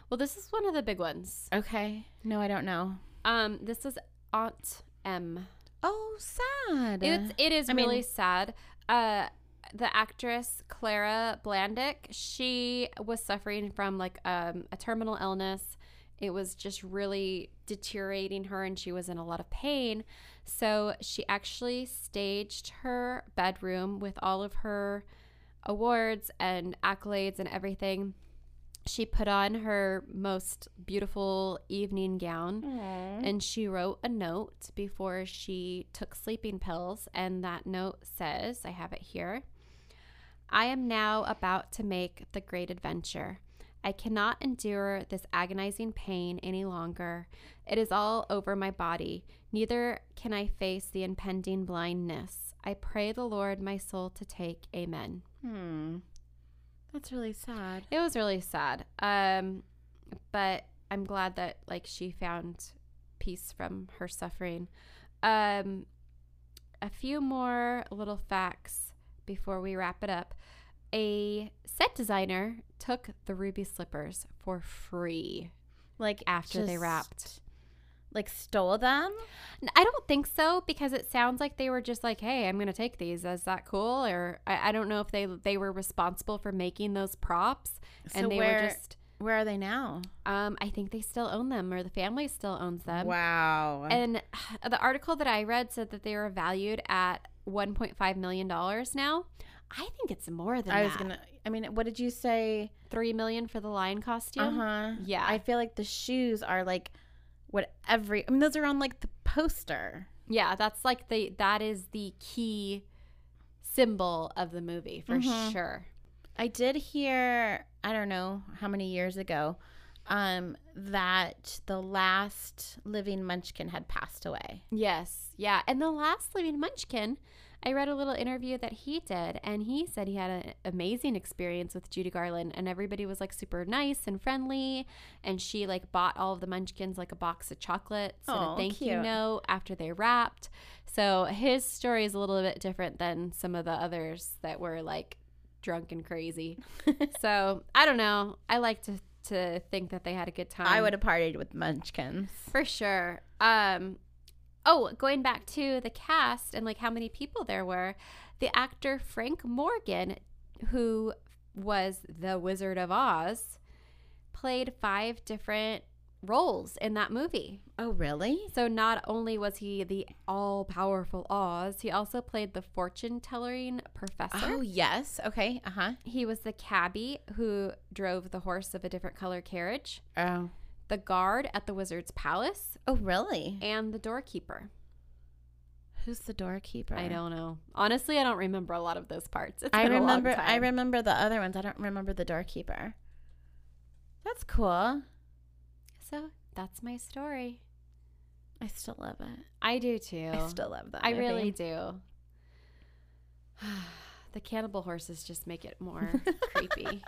Well, this is one of the big ones.
Okay. No, I don't know.
Um, this is Aunt M.
Oh, sad.
It's it is
I mean-
really sad. Uh, the actress Clara Blandick, she was suffering from like um, a terminal illness. It was just really deteriorating her, and she was in a lot of pain. So she actually staged her bedroom with all of her awards and accolades and everything. She put on her most beautiful evening gown
Mm-hmm.
and she wrote a note before she took sleeping pills. And that note says, I have it here I am now about to make the great adventure. I cannot endure this agonizing pain any longer. It is all over my body. Neither can I face the impending blindness. I pray the Lord my soul to take. Amen.
hmm. That's really sad.
It was really sad. Um, but I'm glad that like she found peace from her suffering. Um, a few more little facts before we wrap it up. A set designer took the ruby slippers for free.
Like
After they
just,
wrapped.
like stole them.
N- I don't think so because it sounds like they were just like, "Hey, I'm gonna take these. Is that cool?" Or I, I don't know if they they were responsible for making those props and
So
they were
where-
just
Where are they now?
Um, I think they still own them, or the family still owns them.
wow.
And the article that I read said that they were valued at 1.5 million dollars now. I think it's more than
I
that.
was gonna. I mean, what did you say?
three million for the lion costume.
Uh huh.
Yeah.
I feel like the shoes are like what every. I mean, those are on like the poster.
Yeah, that's like the that is the key symbol of the movie for
Mhm.
sure.
I did hear. I don't know how many years ago, um, that the last living Munchkin had passed away.
Yes, yeah. And the last living Munchkin, I read a little interview that he did, and he said he had an amazing experience with Judy Garland, and everybody was like super nice and friendly. And she like bought all of the Munchkins like a box of chocolates and
Aw,
a thank you
cute.
note after they wrapped. So his story is a little bit different than some of the others that were like drunk and crazy. so I don't know. I like to to think that they had a good time.
I would have partied with Munchkins.
For sure. Um oh, going back to the cast and like how many people there were, the actor Frank Morgan, who was the Wizard of Oz, played five different roles in that movie.
Oh, really?
So not only was he the all-powerful Oz, he also played the fortune-telling professor.
Oh, yes. Okay. Uh huh.
He was the cabbie who drove the horse of a different color carriage,
Oh.
the guard at the wizard's palace,
Oh, really?
and the doorkeeper.
Who's the doorkeeper?
I don't know. Honestly, I don't remember a lot of those parts. It's
I
been
remember.
A long time.
I remember the other ones. I don't remember the doorkeeper. That's cool.
So that's my story.
I still love it.
I do too.
I still love that.
I
movie.
really do. the cannibal horses just make it more creepy.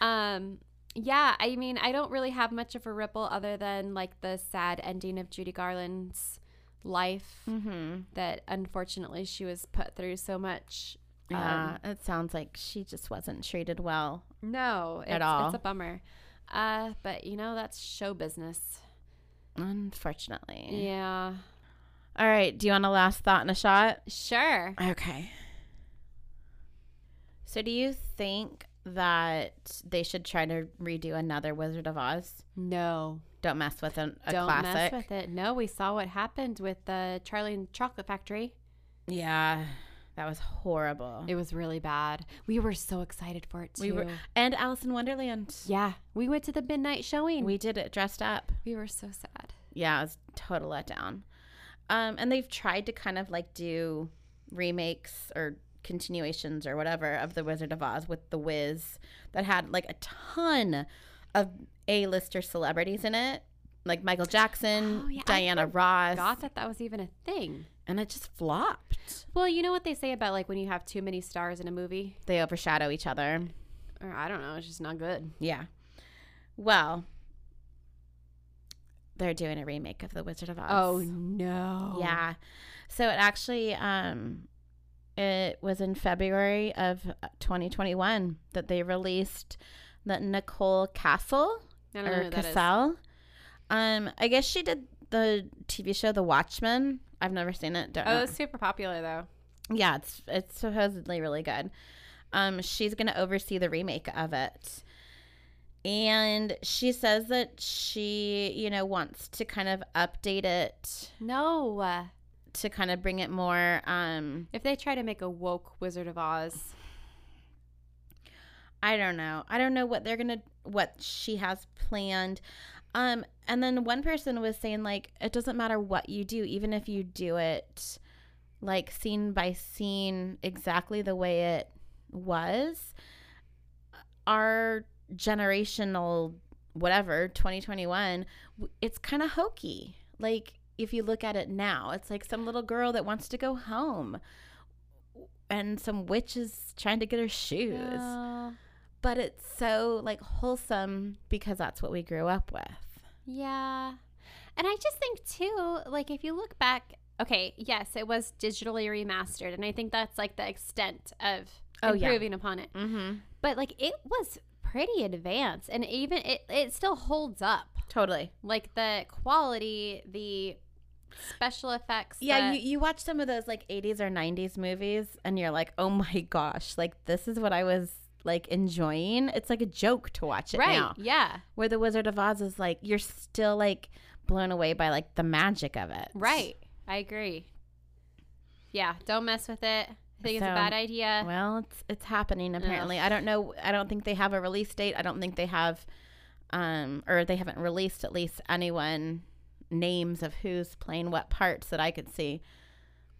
Um. Yeah, I mean, I don't really have much of a ripple other than like the sad ending of Judy Garland's life
Mm-hmm.
that unfortunately she was put through so much. um,
Yeah, it sounds like she just wasn't treated well.
No, it's,
all.
It's a bummer. Uh, but you know, that's show business.
Unfortunately.
Yeah.
All right. Do you want a last thought and a shot?
Sure.
Okay. So, do you think that they should try to redo another Wizard of Oz?
No.
Don't mess with an, a
Don't
classic.
mess with it. No, we saw what happened with the Charlie and the Chocolate Factory.
Yeah, that was horrible.
It was really bad. We were so excited for it too.
we were and Alice in Wonderland.
yeah, we went to the midnight showing. We,
We did it dressed up.
were so sad.
Yeah, it was a total letdown. Um, and they've tried to kind of like do remakes or continuations or whatever of the Wizard of Oz with the Wiz that had like a ton of A-lister celebrities in it, like Michael Jackson,
Oh, yeah, I
Diana Ross,
Thought that that was even a thing.
and it just flopped. it.
Well, you know what they say about like when you have too many stars in a movie?
They overshadow each other.
Or I don't know, it's just not good.
Yeah. Well, they're doing a remake of The Wizard of Oz.
Oh no.
Yeah. So it actually um it was in February of 2021 that they released the Nicole Castle
I don't know
or
who that is.
Cassell. Um I guess she did the TV show The Watchmen. I've never seen it. Don't
Oh,
know.
it's super popular though.
Yeah, it's it's supposedly really good. Um, she's gonna oversee the remake of it. And she says that she, you know, wants to kind of update it
No. uh,
to kind of bring it more um
If they try to make a woke Wizard of Oz,
I don't know. I don't know what they're going to what she has planned. Um and then one person was saying like it doesn't matter what you do even if you do it like scene by scene exactly the way it was our generational whatever 2021 w- it's kind of hokey. Like if you look at it now, it's like some little girl that wants to go home and some witches trying to get her shoes
No.
but it's so like wholesome because that's what we grew up with.
Yeah. And I just think too, like if you look back, okay, yes, it was digitally remastered and I think that's like the extent of
Oh, yeah.
improving upon it.
Mm-hmm.
But like it was pretty advanced and even it it still holds up.
Totally.
Like the quality, the special effects.
Yeah,
the-
you, you watch some of those like 80s or 90s movies and you're like, oh my gosh, like this is what I was like enjoying. It's like a joke to watch it
right.
now.
Yeah.
Where The Wizard of Oz is like, you're still like blown away by like the magic of it.
Right. I agree. Yeah, don't mess with it. I think it's
So-
a bad idea.
Well, it's it's happening apparently. I don't know. I don't think they have a release date. I don't think they have, um, or they haven't released at least anyone names of who's playing what parts that I could see.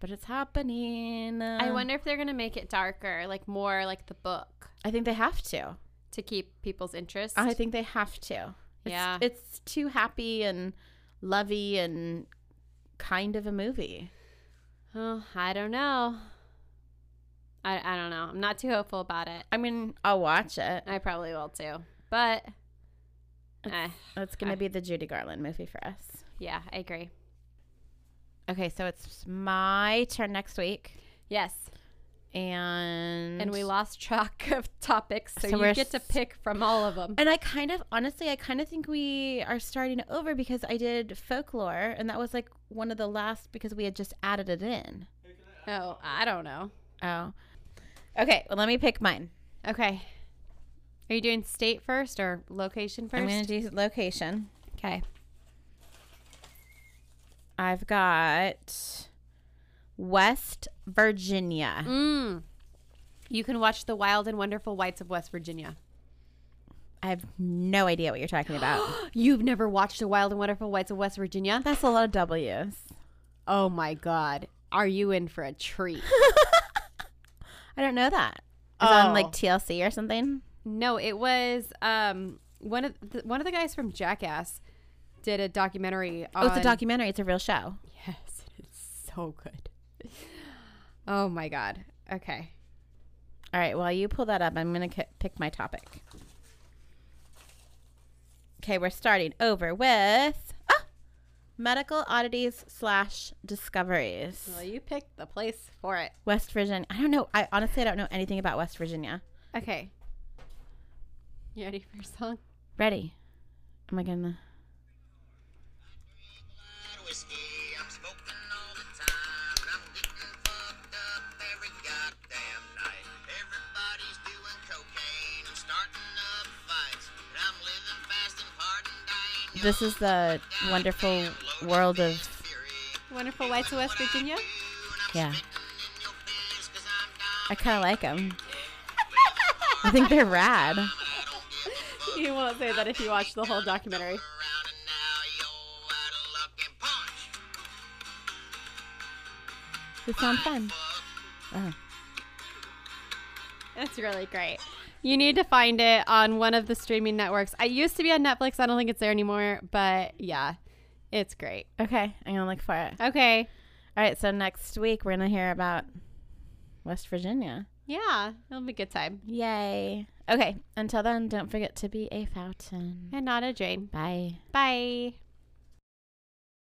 But it's happening.
I wonder if they're going to make it darker, like more like the book.
I think they have to.
to keep people's interest.
I think they have to. It's,
Yeah.
it's too happy and lovey and kind of a movie.
oh, I don't know. I, I don't know. I'm not too hopeful about it.
I mean, I'll watch it.
I probably will too. But eh,
It's gonna
I-
be the Judy Garland movie for us.
yeah, I agree.
Okay, so it's my turn next week.
Yes.
and
And we lost track of topics, so,
So
you
we're
get to
s-
pick from all of them.
and I kind of honestly, I kind of think we are starting over because I did folklore, and that was like one of the last because we had just added it in.
Oh, I don't know.
Oh, okay. Well, let me pick mine.
Okay. Are you doing state first or location 1st
I'm gonna do location.
okay.
I've got West Virginia.
Mm. You can watch the wild and wonderful whites of West Virginia.
I have no idea what you're talking about.
You've never watched the wild and wonderful whites of West Virginia?
That's a lot of W's.
Oh my God. Are you in for a treat?
I don't know that. Is that on
Oh.
like TLC or something?
no, it was um one of the, one of the guys from Jackass did a documentary on
Oh, it's a documentary. It's a real show.
Yes, it's so good. Oh my god. Okay.
All right, while you pull that up, I'm going to pick my topic. Okay, we're starting over with ah, medical oddities slash discoveries.
Well, you picked the place for it.
West Virginia. I don't know. I honestly I don't know anything about West Virginia.
Okay. You ready for your song?
Ready? Am I gonna?
Blood whiskey, I'm smoking all the time. I'm getting fucked up every goddamn night. Everybody's doing cocaine and starting up fights. And I'm living fast and hard and dying.
This is the wonderful world of
Wonderful Whites of West Virginia?
yeah. I kind of like them. I think they're rad.
You won't say that if you watch the whole documentary.
Around and now you're out of luck and punch.
They sound fun. Oh.
That's really great. You need to find it on one of the streaming networks. I used to be on Netflix. I don't think it's there anymore, but yeah, it's great.
Okay, I'm gonna look for it.
Okay.
All right, so next week we're gonna hear about West Virginia.
Yeah, it'll be a good time.
Yay. Okay, until then, don't forget to be a fountain.
And not a drain.
Bye.
Bye.